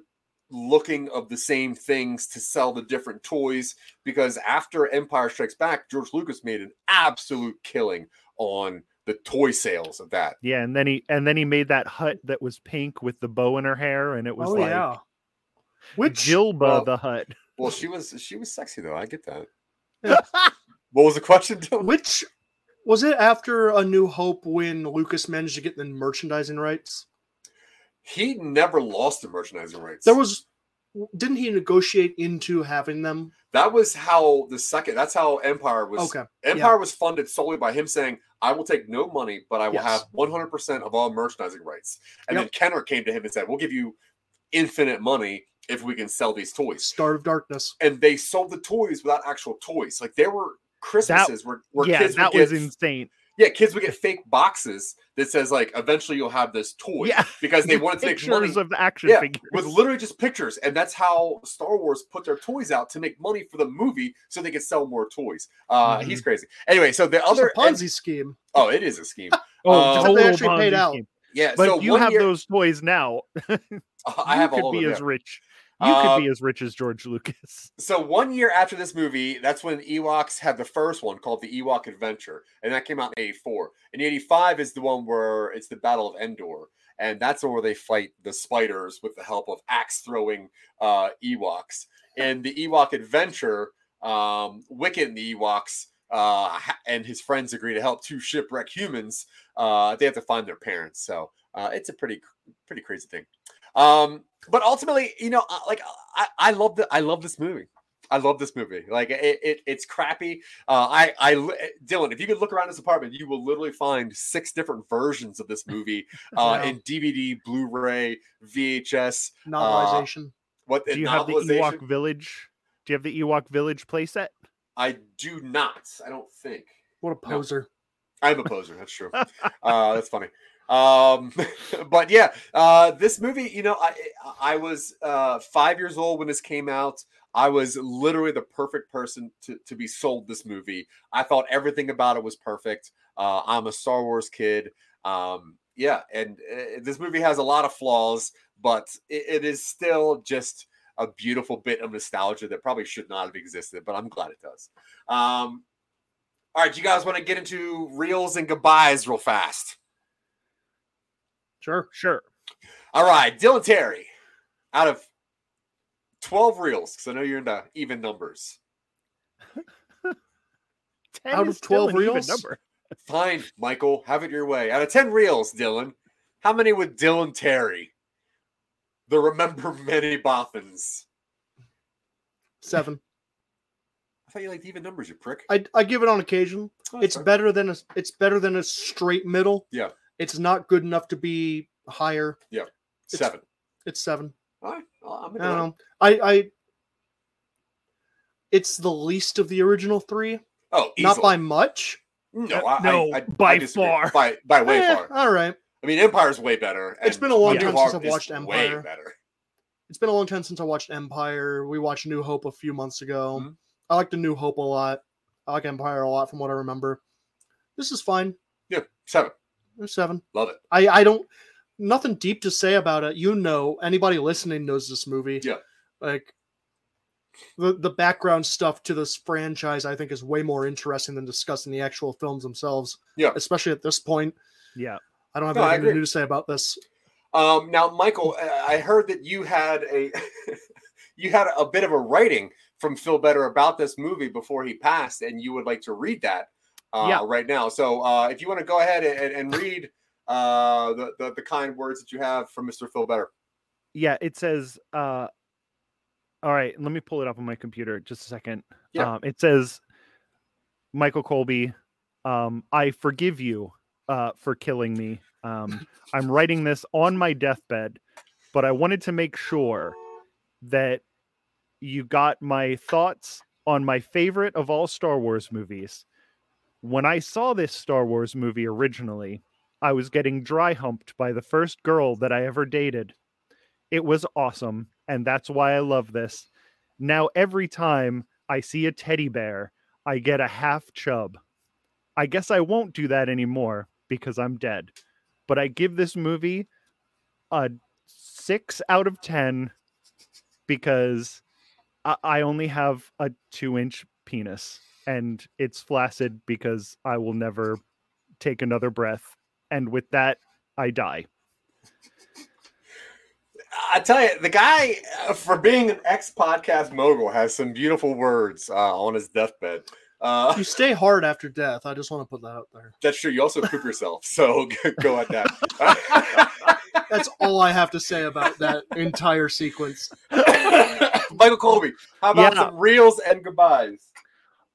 Speaker 5: looking of the same things to sell the different toys. Because after Empire Strikes Back, George Lucas made an absolute killing on the toy sales of that.
Speaker 7: Yeah, and then he and then he made that hut that was pink with the bow in her hair, and it was
Speaker 8: Oh
Speaker 7: like
Speaker 8: yeah. Which
Speaker 7: Jilba
Speaker 5: well-
Speaker 7: the Hut.
Speaker 5: Well, she was she was sexy though. I get that.
Speaker 8: Hmm. Yeah.
Speaker 5: what was the question? Dylan?
Speaker 8: which was it after A New Hope when Lucas managed to get the merchandising rights?
Speaker 5: He never lost the merchandising rights.
Speaker 8: There was didn't he negotiate into having them?
Speaker 5: that was how the second. That's how Empire was.
Speaker 8: Okay.
Speaker 5: Empire was funded solely by him saying, "I will take no money, but I will
Speaker 8: Yes.
Speaker 5: have 100 percent of all merchandising rights." And
Speaker 8: Yep.
Speaker 5: then Kenner came to him and said, "We'll give you infinite money if we can sell these toys."
Speaker 8: Star of Darkness.
Speaker 5: And they sold the toys without actual toys. Like there were Christmases where, where
Speaker 7: yeah,
Speaker 5: kids
Speaker 7: that
Speaker 5: would
Speaker 7: was
Speaker 5: get
Speaker 7: insane.
Speaker 5: Yeah, kids would get fake boxes that says like eventually you'll have this toy
Speaker 7: Yeah,
Speaker 5: because they wanted to make
Speaker 7: pictures
Speaker 5: money
Speaker 7: of the action
Speaker 5: Yeah,
Speaker 7: figures.
Speaker 5: with literally just pictures, and that's how Star Wars put their toys out to make money for the movie so they could sell more toys. Uh,
Speaker 7: Mm-hmm.
Speaker 5: He's crazy. Anyway, so the
Speaker 8: Other
Speaker 5: other
Speaker 8: Ponzi
Speaker 5: and-
Speaker 8: scheme.
Speaker 5: oh, it is a scheme.
Speaker 7: oh,
Speaker 5: Except
Speaker 8: they
Speaker 7: total
Speaker 8: actually paid
Speaker 7: Ponzi
Speaker 8: out.
Speaker 7: scheme.
Speaker 5: Yeah,
Speaker 7: But
Speaker 5: Um, so
Speaker 7: if you
Speaker 5: one
Speaker 7: have
Speaker 5: year,
Speaker 7: those toys now,
Speaker 5: I have
Speaker 7: you could
Speaker 5: all of
Speaker 7: be
Speaker 5: them.
Speaker 7: as
Speaker 5: yeah.
Speaker 7: rich. You
Speaker 5: Uh,
Speaker 7: could be as rich as George Lucas.
Speaker 5: So one year after this movie, that's when Ewoks had the first one called the Ewok Adventure, and that came out in '84. And '85 is the one where it's the Battle of Endor, and that's where they fight the spiders with the help of axe throwing uh, Ewoks. In the Ewok Adventure, um, Wicket and the Ewoks uh, ha- and his friends agree to help two shipwreck humans. Uh, they have to find their parents, so uh, it's a pretty pretty crazy thing. Um, but ultimately, you know, I- like I, I love the I love this movie. I love this movie. Like it, it it's crappy. Uh, I, I, li- Dylan, if you could look around this apartment, you will literally find six different versions of this movie uh,
Speaker 8: Wow.
Speaker 5: in DVD, Blu-ray, VHS. uh,
Speaker 8: Novelization.
Speaker 5: What
Speaker 7: Do you have the
Speaker 5: novelization?
Speaker 7: Ewok Village? Do you have the Ewok Village playset?
Speaker 5: I do not. I don't think.
Speaker 8: what a poser.
Speaker 5: I'm a poser. That's true. Uh, that's funny. Um, but yeah, uh, this movie, you know, I I was uh, five years old when this came out. I was literally the perfect person to, to be sold this movie. I thought everything about it was perfect. Uh, I'm a Star Wars kid. Um, yeah, and uh, this movie has a lot of flaws, but it, it is still just a beautiful bit of nostalgia that probably should not have existed, but I'm glad it does. Um, all right, you guys want to get into reels and goodbyes real fast?
Speaker 8: Sure.
Speaker 7: Sure.
Speaker 5: All right, Dylan Terry, out of 12 reels, because I know you're into even numbers,
Speaker 7: Ten
Speaker 8: Out
Speaker 7: is
Speaker 8: of
Speaker 7: still
Speaker 8: 12
Speaker 7: an even
Speaker 8: reels?
Speaker 7: number.
Speaker 5: fine, Michael, have it your way. Out of 10 reels, Dylan, how many would Dylan Terry, the Remember Many Boffins?
Speaker 8: Seven.
Speaker 5: I thought you liked even numbers, you prick.
Speaker 8: I, I give it on occasion.
Speaker 5: Oh, that's
Speaker 8: It's
Speaker 5: fine.
Speaker 8: better than a it's better than a straight middle.
Speaker 5: Yeah.
Speaker 8: It's not good enough to be higher. it's- Um,
Speaker 5: seven.
Speaker 8: It's seven.
Speaker 5: All right, well, I'm
Speaker 8: I
Speaker 5: into
Speaker 8: don't
Speaker 5: that.
Speaker 8: know. I I it's the least of the original three.
Speaker 5: Oh,
Speaker 8: Not
Speaker 5: easily.
Speaker 8: by much.
Speaker 5: no, I,
Speaker 7: no,
Speaker 5: I, I,
Speaker 7: by
Speaker 5: I disagree.
Speaker 7: far.
Speaker 5: by by way
Speaker 8: Eh,
Speaker 5: far.
Speaker 8: All right.
Speaker 5: I mean, Empire's way better.
Speaker 8: It's
Speaker 5: and
Speaker 8: been a long
Speaker 5: New
Speaker 8: time since
Speaker 5: Hope
Speaker 8: I've
Speaker 5: is
Speaker 8: watched Empire.
Speaker 5: Way better.
Speaker 8: It's been a long time since I watched Empire. We watched New Hope a few months ago.
Speaker 5: Mhm.
Speaker 8: I like the New Hope a lot. I like Empire a lot from what I remember. This is fine.
Speaker 5: Yeah, seven.
Speaker 8: It was seven.
Speaker 5: Love it.
Speaker 8: I I don't nothing deep to say about it. You know, anybody listening knows this movie.
Speaker 5: Yeah.
Speaker 8: Like the the background stuff to this franchise, I think, is way more interesting than discussing the actual films themselves.
Speaker 5: Yeah.
Speaker 8: Especially at this point,
Speaker 7: Yeah.
Speaker 8: I don't have
Speaker 5: No, I
Speaker 8: anything
Speaker 5: agree.
Speaker 8: new to say about this.
Speaker 5: Um, now, Michael, I- I heard that you had a you had a bit of a writing from Phil Better about this movie before he passed, and you would like to read that uh,
Speaker 7: Yeah.
Speaker 5: right now. So, uh, if you want to go ahead and, and read uh, the, the the kind words that you have from Mr. Phil Better,
Speaker 7: Yeah, it says uh all right, let me pull it up on my computer just a second.
Speaker 5: Yeah.
Speaker 7: Um, it says Michael Colby, um, I forgive you uh for killing me. Um I'm writing this on my deathbed, but I wanted to make sure that you got my thoughts on my favorite of all Star Wars movies. When I saw this Star Wars movie originally, I was getting dry humped by the first girl that I ever dated. It was awesome, and that's why I love this. Now, every time I see a teddy bear, I get a half chub. I guess I won't do that anymore because I'm dead, but I give this movie a six out of 10 because I, I only have a two inch penis and it's flaccid because I will never take another breath. And with that, I die.
Speaker 5: I tell you, the guy uh, for being an ex podcast mogul has some beautiful words uh, on his deathbed. Uh,
Speaker 8: You stay hard after death. I just want to put that out there.
Speaker 5: that's true. You also poop yourself, so go at that.
Speaker 8: That's all I have to say about that entire sequence.
Speaker 5: Michael Colby, how about
Speaker 7: Yeah.
Speaker 5: some reels and goodbyes?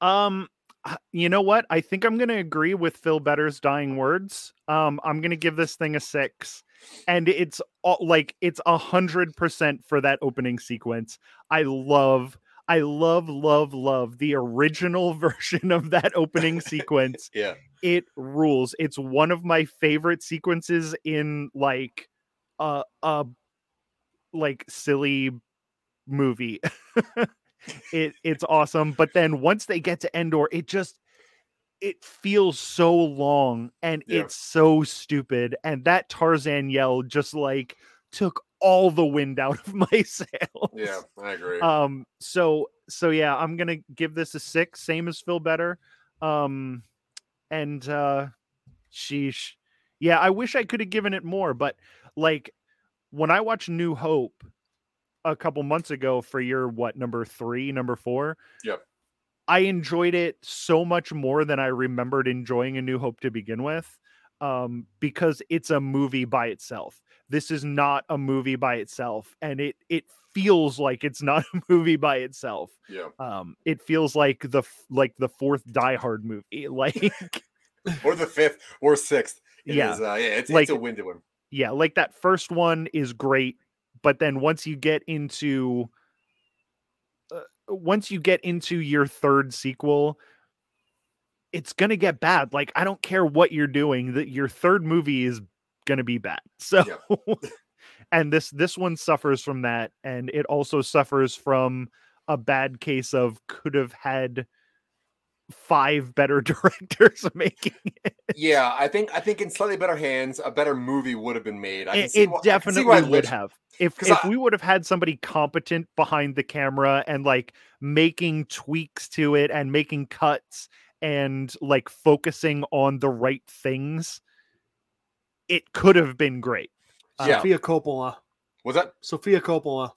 Speaker 7: Um, h- you know what? I think I'm going to agree with Phil Better's dying words. Um, I'm going to give this thing a six, and it's all, like it's a hundred percent for that opening sequence. I love, I love, love, love the original version of that opening sequence.
Speaker 5: Yeah.
Speaker 7: it rules. It's one of my favorite sequences in like a a like silly movie. it it's awesome, but then once they get to Endor, it just it feels so long and
Speaker 5: Yeah.
Speaker 7: it's so stupid and that Tarzan yell just like took all the wind out of my sails.
Speaker 5: Yeah, I agree.
Speaker 7: Um so so yeah, I'm going to give this a 6, same as Phil Better. Um and uh sheesh. Yeah, I wish I could have given it more, but like when I watched New Hope a couple months ago for your what number 3, number 4?
Speaker 5: Yep.
Speaker 7: I enjoyed it so much more than I remembered enjoying A New Hope to begin with um because it's a movie by itself. This is not a movie by itself and it it feels like it's not a movie by itself
Speaker 5: yeah,
Speaker 7: um it feels like the f- like the fourth die hard movie like
Speaker 5: or the fifth or sixth. It
Speaker 7: Yeah.
Speaker 5: is, uh, yeah, it's,
Speaker 7: Like-
Speaker 5: it's a win to him.
Speaker 7: yeah like that first one is great but then once you get into uh, once you get into your third sequel it's going to get bad like i don't care what you're doing that your third movie is going to be bad so and this this one suffers from that and it also suffers from a bad case of could have had five better directors making
Speaker 5: Yeah, I think I think in slightly better hands, a better movie would have been made. I can
Speaker 7: it,
Speaker 5: see
Speaker 7: it
Speaker 5: why- I can see
Speaker 7: definitely
Speaker 5: why I
Speaker 7: would
Speaker 5: lit-
Speaker 7: have if
Speaker 5: 'Cause
Speaker 7: if
Speaker 5: I-
Speaker 7: we would have had somebody competent behind the camera and like making tweaks to it and making cuts and like focusing on the right things it could have been great
Speaker 5: Yeah,
Speaker 8: Sophia Coppola.
Speaker 5: was that
Speaker 8: Sophia Coppola.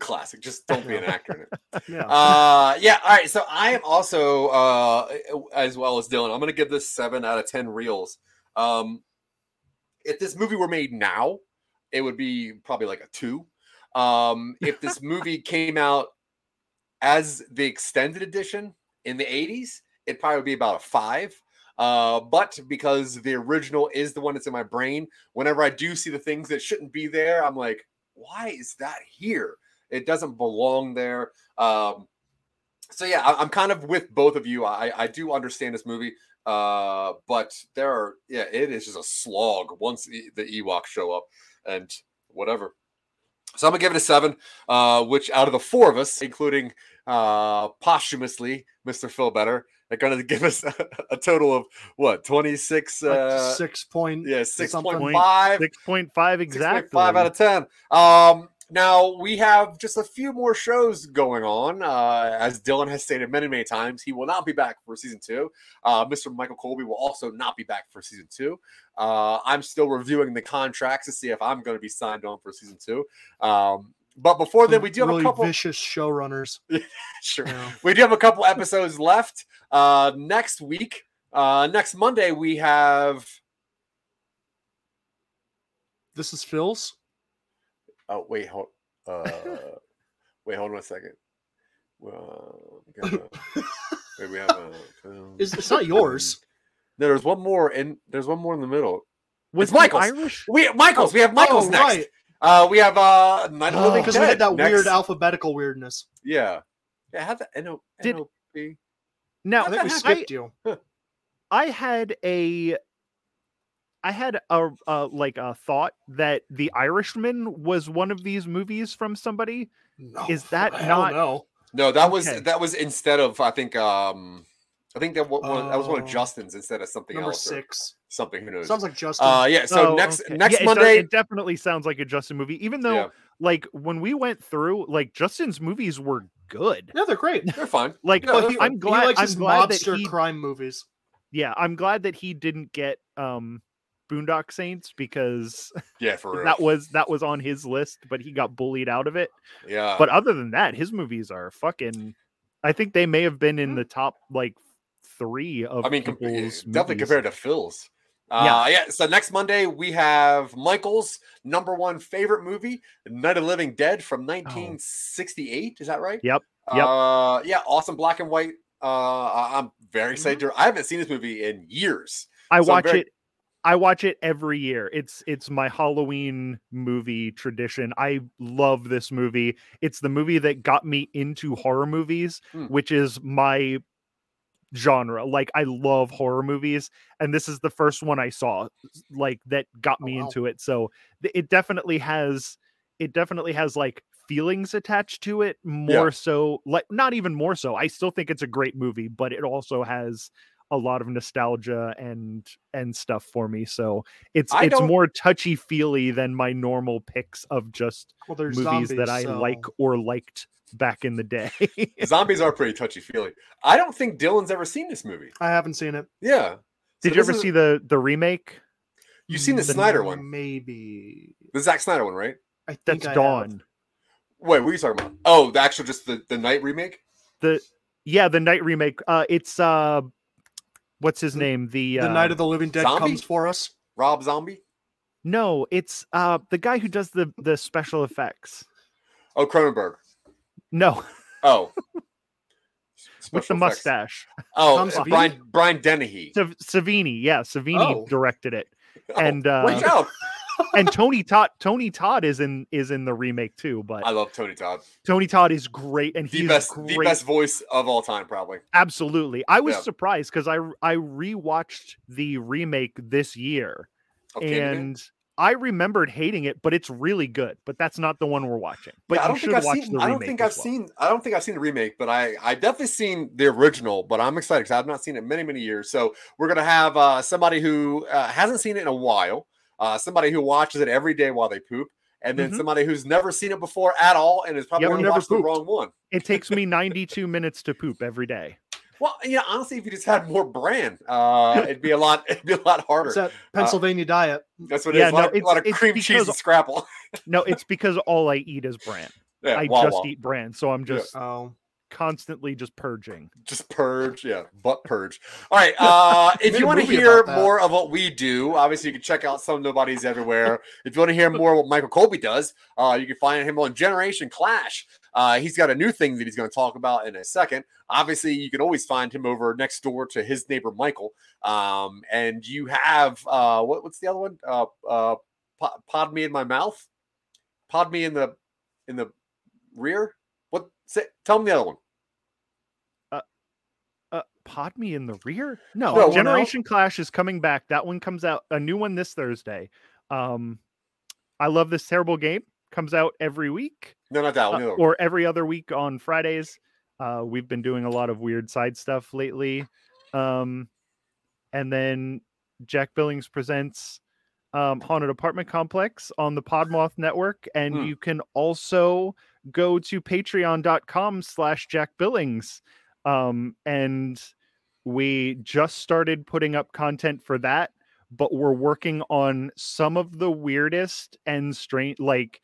Speaker 5: classic? Just don't be an actor in it.
Speaker 8: Yeah.
Speaker 5: Uh, yeah. All right. So I am also, uh, as well as Dylan, I'm going to give this seven out of 10 reels. Um, if this movie were made now, it would be probably like a two. Um, if this movie came out as the extended edition in the 80s, it probably would be about a five. Uh, but because the original is the one that's in my brain, whenever I do see the things that shouldn't be there, I'm like, why is that here? It doesn't belong there. Um, so yeah, I, I'm kind of with both of you. I, I do understand this movie, uh, but there are yeah, it is just a slog once e- the Ewoks show up and whatever. So I'm gonna give it a seven, uh, which out of the four of us, including uh, posthumously Mr. Phil Better, They're going to give us a, total of what 26 uh,
Speaker 8: like six point.
Speaker 5: yeah
Speaker 8: something.
Speaker 5: 6.5
Speaker 7: Six point five exactly.
Speaker 5: Five out of ten. Um, now we have just a few more shows going on. Uh, as Dylan has stated many, many times, he will not be back for season two. Uh, Mr. Michael Colby will also not be back for season two. Uh, I'm still reviewing the contracts to see if I'm going to be signed on for season two. Um, but before then, we do have
Speaker 8: really
Speaker 5: a couple.
Speaker 8: vicious showrunners.
Speaker 5: Sure.
Speaker 8: you know.
Speaker 5: we do have a couple episodes left uh next week uh next monday we have
Speaker 8: This is Phil's.
Speaker 5: oh wait hold uh wait hold on a second well we got a- wait, we have a
Speaker 8: It's, it's not yours.
Speaker 5: no, there's one more and there's one more in the middle
Speaker 7: with
Speaker 5: It's Michael's.
Speaker 7: Irish.
Speaker 5: we michael's we have michael's
Speaker 8: Oh,
Speaker 5: next uh we have uh Night of the
Speaker 7: Oh.
Speaker 5: Living
Speaker 8: Because we
Speaker 5: Dead
Speaker 8: had that weird
Speaker 5: next-
Speaker 8: alphabetical weirdness.
Speaker 5: yeah yeah how's that no
Speaker 7: Did-
Speaker 5: NOP?
Speaker 7: Now
Speaker 8: I think we
Speaker 7: I,
Speaker 8: skipped you.
Speaker 7: I had a I had a, a like a thought that The Irishman was one of these movies from somebody.
Speaker 8: No,
Speaker 7: Is that
Speaker 8: I don't
Speaker 7: not-
Speaker 8: know.
Speaker 5: No, that was
Speaker 7: Okay.
Speaker 5: that was instead of I think um I think that wa- one, that was one of
Speaker 8: Oh.
Speaker 5: Justin's instead of something
Speaker 8: number
Speaker 5: else or
Speaker 8: six?
Speaker 5: something who knows.
Speaker 8: Sounds like Justin.
Speaker 5: uh yeah, so
Speaker 7: Oh,
Speaker 5: next
Speaker 7: okay.
Speaker 5: next
Speaker 7: Yeah, it does-
Speaker 5: Monday
Speaker 7: it, definitely sounds like a Justin movie. Even though,
Speaker 5: yeah,
Speaker 7: like when we went through, like Justin's movies were good.
Speaker 8: yeah, they're great.
Speaker 5: they're fine.
Speaker 7: Like
Speaker 5: No,
Speaker 8: he,
Speaker 7: I'm
Speaker 8: he
Speaker 7: glad.
Speaker 8: likes
Speaker 7: I'm
Speaker 8: his
Speaker 7: glad that
Speaker 8: mobster
Speaker 7: he.
Speaker 8: crime movies.
Speaker 7: Yeah, I'm glad that he didn't get um Boondock Saints because
Speaker 5: Yeah, for real.
Speaker 7: that was that was on his list, but he got bullied out of it.
Speaker 5: yeah.
Speaker 7: but other than that, his movies are fucking. I think they may have been in the top like three of.
Speaker 5: Hmm. I mean, comp- yeah,
Speaker 7: people's
Speaker 5: definitely
Speaker 7: movies.
Speaker 5: compared to Phil's.
Speaker 7: Yeah.
Speaker 5: Uh, yeah. So next Monday we have Michael's number one favorite movie, Night of the Living Dead from 1968. Is that right?
Speaker 7: Oh. Yep, yep.
Speaker 5: Uh, yeah. Awesome black and white. Uh, I- I'm very excited.
Speaker 7: Mm-hmm.
Speaker 5: to- I haven't seen this movie in years.
Speaker 7: I
Speaker 5: so I'm
Speaker 7: watch
Speaker 5: very-
Speaker 7: it. I watch it every year. It's it's my Halloween movie tradition. I love this movie. It's the movie that got me into horror movies,
Speaker 5: Hmm.
Speaker 7: which is my genre. Like I love horror movies and this is the first one I saw like that got
Speaker 8: Oh,
Speaker 7: me
Speaker 8: wow.
Speaker 7: into it. So th- it definitely has it definitely has like feelings attached to it more so like not even more so. I still think it's a great movie, but it also has a lot of nostalgia and and stuff for me. So it's
Speaker 5: I
Speaker 7: it's
Speaker 5: don't-
Speaker 7: more touchy feely than my normal picks of just
Speaker 8: Well, there's
Speaker 7: movies
Speaker 8: zombies
Speaker 7: that I
Speaker 8: so-
Speaker 7: like or liked back in the day.
Speaker 5: Zombies are pretty touchy feely. I don't think Dylan's ever seen this movie.
Speaker 8: I haven't seen it.
Speaker 5: Yeah.
Speaker 7: Did
Speaker 5: So
Speaker 7: you
Speaker 5: this
Speaker 7: ever
Speaker 5: is-
Speaker 7: see the the remake?
Speaker 5: You've seen the
Speaker 7: the-
Speaker 5: Snyder one,
Speaker 8: Maybe.
Speaker 5: the Zack Snyder one, right?
Speaker 8: I think
Speaker 7: That's
Speaker 8: I have.
Speaker 7: Dawn.
Speaker 5: Wait, what are you talking about? Oh, the actual just the the Night remake.
Speaker 7: Yeah, the Night remake. Uh it's uh what's his
Speaker 8: The-
Speaker 7: name? The uh
Speaker 8: The Night of the Living Dead
Speaker 5: Zombie?
Speaker 8: comes for us.
Speaker 5: Rob Zombie.
Speaker 7: No, it's uh the guy who does the the special effects.
Speaker 5: Oh, Cronenberg.
Speaker 7: No,
Speaker 5: Oh.
Speaker 7: with the
Speaker 5: Special effects.
Speaker 7: mustache.
Speaker 5: Oh,
Speaker 8: Tom
Speaker 5: uh,
Speaker 8: Savini?
Speaker 5: Brian Brian Dennehy.
Speaker 7: Sav- Savini, yeah, Savini
Speaker 8: Oh.
Speaker 7: directed it.
Speaker 5: Oh,
Speaker 7: And uh
Speaker 5: Watch out!
Speaker 7: and Tony Todd Tony Todd is in is in the remake too, but
Speaker 5: I love Tony Todd.
Speaker 7: Tony Todd is great and
Speaker 5: The
Speaker 7: he's
Speaker 5: best,
Speaker 7: great.
Speaker 5: the best voice of all time, probably.
Speaker 7: Absolutely. I was
Speaker 5: Yeah.
Speaker 7: surprised cuz I r- I rewatched the remake this year
Speaker 5: Of Candyman.
Speaker 7: and I remembered hating it, but it's really good. But that's not the one we're watching. But
Speaker 5: Yeah, I
Speaker 7: you
Speaker 5: don't
Speaker 7: should
Speaker 5: think I've
Speaker 7: watch
Speaker 5: seen.
Speaker 7: the remake.
Speaker 5: I don't think I've
Speaker 7: as well.
Speaker 5: seen. I don't think I've seen the remake, but I I definitely seen the original. But I'm excited because I've not seen it in many many years. So we're gonna have uh, somebody who uh, hasn't seen it in a while, uh, somebody who watches it every day while they poop, and then
Speaker 7: Mhm.
Speaker 5: somebody who's never seen it before at all and is probably
Speaker 7: Yep. Or
Speaker 5: already
Speaker 8: never
Speaker 5: watched the
Speaker 8: pooped.
Speaker 5: wrong one.
Speaker 7: It takes me 92 minutes to poop every day.
Speaker 5: Well, you know, honestly, if you just had more bran, uh, it'd be a lot. It'd be a lot harder.
Speaker 8: It's that Pennsylvania diet.
Speaker 5: That's what it is.
Speaker 7: Yeah,
Speaker 5: A lot,
Speaker 7: no,
Speaker 5: of, a
Speaker 7: it's-
Speaker 5: lot of
Speaker 7: it's
Speaker 5: cream cheese
Speaker 7: because-
Speaker 5: and scrapple.
Speaker 7: No, it's because all I eat is bran.
Speaker 5: yeah,
Speaker 7: I
Speaker 5: Wawa.
Speaker 7: just eat bran, so I'm
Speaker 5: Yeah.
Speaker 7: just
Speaker 8: Oh,
Speaker 7: constantly just purging.
Speaker 5: just purge yeah butt purge all right uh if
Speaker 8: Made
Speaker 5: you
Speaker 8: a
Speaker 5: want to
Speaker 8: movie
Speaker 5: hear
Speaker 8: about that.
Speaker 5: more of what we do obviously you can check out some nobodies everywhere if you want to hear more what michael colby does uh you can find him on generation clash uh he's got a new thing that he's going to talk about in a second obviously you can always find him over next door to his neighbor michael um and you have uh what, what's the other one uh uh pod, pod me in my mouth pod me in the in the rear what say, tell him the other one
Speaker 7: Uh, pod me in the rear? No,
Speaker 5: No, one out.
Speaker 7: Generation Clash is coming back. That one comes out a new one this Thursday. Um, I love this terrible game. Comes out every week
Speaker 5: no not that one
Speaker 7: uh,
Speaker 5: the other one.
Speaker 7: or every other week on Fridays. Uh, we've been doing a lot of weird side stuff lately. Um, and then Jack Billings presents um, Haunted Apartment Complex on the Podmoth Network, and
Speaker 5: Hmm.
Speaker 7: you can also go to patreon.com slash Jack Billings. Um, and we just started putting up content for that, but we're working on some of the weirdest and strange, like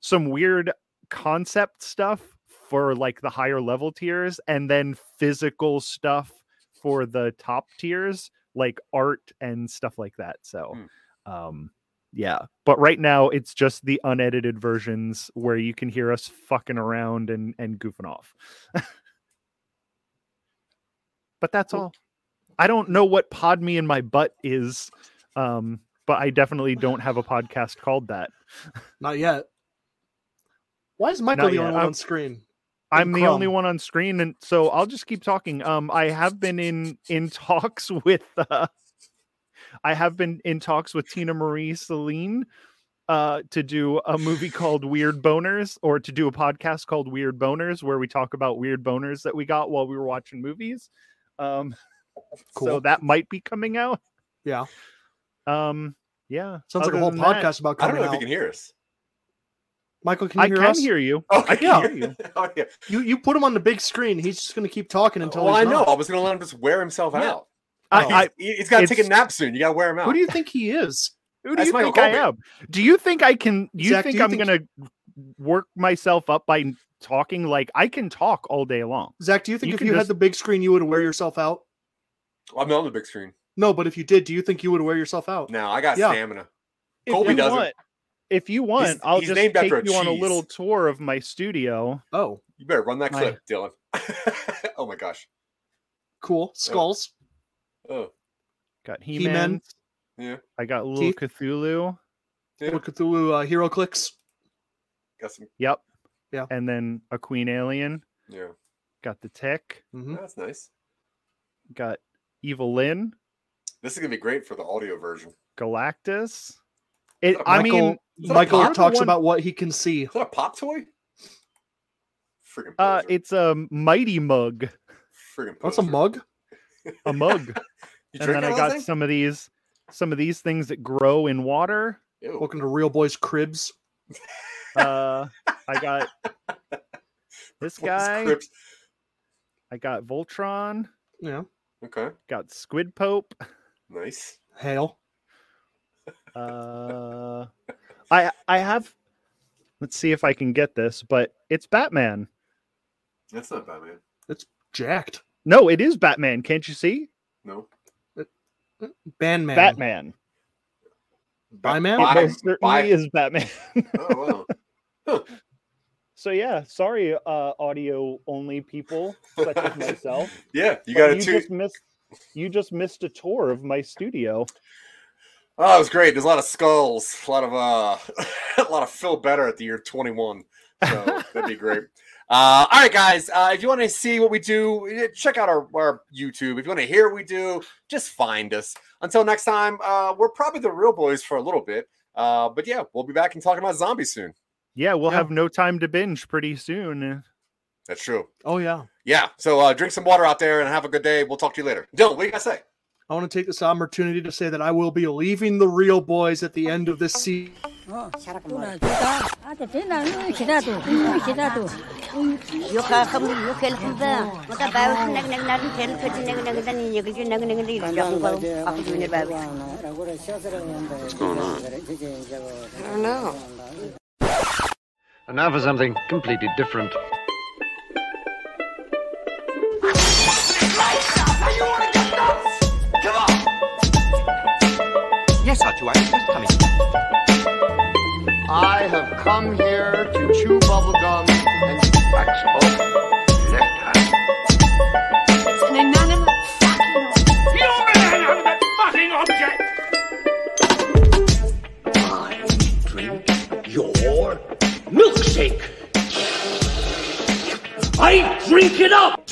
Speaker 7: some weird concept stuff for like the higher level tiers and then physical stuff for the top tiers like art and stuff like that so um yeah but right now it's just the unedited versions where you can hear us fucking around and and goofing off but that's all i don't know what pod me in my butt is um but i definitely don't have a podcast called that
Speaker 8: Not yet. Why is Michael
Speaker 7: Not
Speaker 8: the
Speaker 7: yet.
Speaker 8: only one
Speaker 7: I'm-
Speaker 8: on screen?
Speaker 7: I'm
Speaker 8: and
Speaker 7: the only
Speaker 8: Crumb.
Speaker 7: one on screen, and so I'll just keep talking. Um, I have been in in talks with, uh, I have been in talks with Tina Marie Celine, uh, to do a movie called Weird Boners, or to do a podcast called Weird Boners, where we talk about weird boners that we got while we were watching movies. Um, so
Speaker 8: Cool.
Speaker 7: that might be coming out.
Speaker 8: Yeah.
Speaker 7: Um. Yeah.
Speaker 8: Sounds like
Speaker 7: other
Speaker 8: a whole
Speaker 7: than that-
Speaker 8: podcast about
Speaker 5: I don't know
Speaker 8: coming
Speaker 5: if you
Speaker 8: out.
Speaker 5: can hear us.
Speaker 8: Michael, can you
Speaker 7: I
Speaker 8: hear
Speaker 7: can
Speaker 8: us?
Speaker 7: hear you.
Speaker 5: Oh, I
Speaker 8: Yeah.
Speaker 5: can hear you. Oh, yeah.
Speaker 8: You you put him on the big screen. He's just going to keep talking until.
Speaker 5: well,
Speaker 8: he's
Speaker 5: I know.
Speaker 8: not.
Speaker 5: I was going to let him just wear himself
Speaker 8: Yeah.
Speaker 5: out.
Speaker 7: I,
Speaker 8: Oh.
Speaker 7: I,
Speaker 5: He- he's got to take a
Speaker 7: it's-
Speaker 5: nap soon. You got to wear him out.
Speaker 8: Who do you think he is?
Speaker 7: Who do
Speaker 5: That's
Speaker 7: you
Speaker 5: Michael
Speaker 7: think I am?
Speaker 5: Colby.
Speaker 7: Do you think I can? You
Speaker 8: Zach, do
Speaker 7: think
Speaker 8: you
Speaker 7: I'm
Speaker 8: think-
Speaker 7: gonna work myself up by n- talking? Like I can talk all day long.
Speaker 8: Zach, do you think
Speaker 7: You
Speaker 8: if
Speaker 7: can
Speaker 8: you had
Speaker 7: just-
Speaker 8: the big screen, you would wear yourself out?
Speaker 5: I'm not on the big screen.
Speaker 8: No, but if you did, do you think you would wear yourself out?
Speaker 5: No, I got
Speaker 8: Yeah.
Speaker 5: stamina.
Speaker 7: If
Speaker 5: Colby
Speaker 7: you
Speaker 5: doesn't.
Speaker 7: want, if you want,
Speaker 5: He's-
Speaker 7: I'll
Speaker 5: he's
Speaker 7: just
Speaker 5: named
Speaker 7: take
Speaker 5: after
Speaker 7: you
Speaker 5: a
Speaker 7: on a
Speaker 5: cheese.
Speaker 7: little tour of my studio.
Speaker 8: Oh,
Speaker 5: You better run that
Speaker 7: My-
Speaker 5: clip, Dylan. oh my gosh.
Speaker 8: cool. Skulls.
Speaker 5: Oh,
Speaker 7: Got He Man.
Speaker 8: He-Man.
Speaker 5: Yeah.
Speaker 7: I got little Cthulhu.
Speaker 5: yeah.
Speaker 8: Or Cthulhu uh, hero clicks.
Speaker 5: Got some.
Speaker 7: Yep.
Speaker 8: Yeah.
Speaker 7: And then a Queen Alien.
Speaker 5: Yeah.
Speaker 7: Got the Tick.
Speaker 8: hmm
Speaker 5: That's nice.
Speaker 7: Got Evil Lyn.
Speaker 5: This is going to be great for the audio version.
Speaker 7: Galactus. It.
Speaker 5: that
Speaker 7: I mean,
Speaker 5: is that a
Speaker 8: Michael
Speaker 5: pod?
Speaker 7: you're the
Speaker 8: talks
Speaker 7: one-
Speaker 8: about what he can see.
Speaker 5: Is that a pop toy? Freaking
Speaker 7: Uh,
Speaker 5: poser.
Speaker 7: it's a mighty mug.
Speaker 5: Freaking
Speaker 8: That's a
Speaker 5: poser.
Speaker 8: mug.
Speaker 7: A mug.
Speaker 5: You
Speaker 7: and then
Speaker 5: drinking
Speaker 7: I
Speaker 5: all
Speaker 7: got
Speaker 5: that thing?
Speaker 7: some of these some of these things that grow in water.
Speaker 5: Ew.
Speaker 8: Welcome to Real Boys Cribs.
Speaker 7: Uh, I got this
Speaker 5: What is
Speaker 7: guy.
Speaker 5: Crips?
Speaker 7: I got Voltron.
Speaker 8: Yeah.
Speaker 5: Okay.
Speaker 7: Got Squid Pope.
Speaker 5: Nice.
Speaker 8: Hail.
Speaker 7: Uh, I I have. Let's see if I can get this, but it's Batman.
Speaker 5: That's not bad, man.
Speaker 8: Jacked.
Speaker 7: No, it is Batman. Can't you see?
Speaker 5: No.
Speaker 8: Bandman.
Speaker 7: Batman.
Speaker 5: Ba-
Speaker 8: Man?
Speaker 7: It
Speaker 5: Bi-
Speaker 7: most certainly
Speaker 5: bi-
Speaker 7: is Batman.
Speaker 5: Oh, wow.
Speaker 7: so yeah, sorry, uh, audio only people such as myself.
Speaker 5: Yeah, you
Speaker 7: but
Speaker 5: got a
Speaker 7: you
Speaker 5: two.
Speaker 7: just missed. You just missed a tour of my studio.
Speaker 5: Oh, it was great. There's a lot of skulls, a lot of uh, a lot of feel better at the year 21. So that'd be great. Uh, all right, guys. Uh, if you want to see what we do, eh, check out our, our YouTube. If you want to hear what we do, just find us. Until next time, uh, we're probably the real boys for a little bit. Uh, but yeah, we'll be back and talking about zombies soon.
Speaker 7: Yeah, we'll
Speaker 8: Yeah.
Speaker 7: have no time to binge pretty soon.
Speaker 5: That's true.
Speaker 8: Oh yeah.
Speaker 5: Yeah. So uh, drink some water out there and have a good day. We'll talk to you later. Dylan, what do you guys say?
Speaker 8: I want to take this opportunity to say that I will be leaving the Real Boys at the end of this season.
Speaker 1: What's
Speaker 9: And now for something completely different.
Speaker 6: Yes, Archie, I was just coming.
Speaker 4: I have come here to chew bubblegum and wax off left hand.
Speaker 10: an inanimate fucking
Speaker 6: You're gonna have that fucking object!
Speaker 9: I drink your milkshake.
Speaker 6: I drink it up!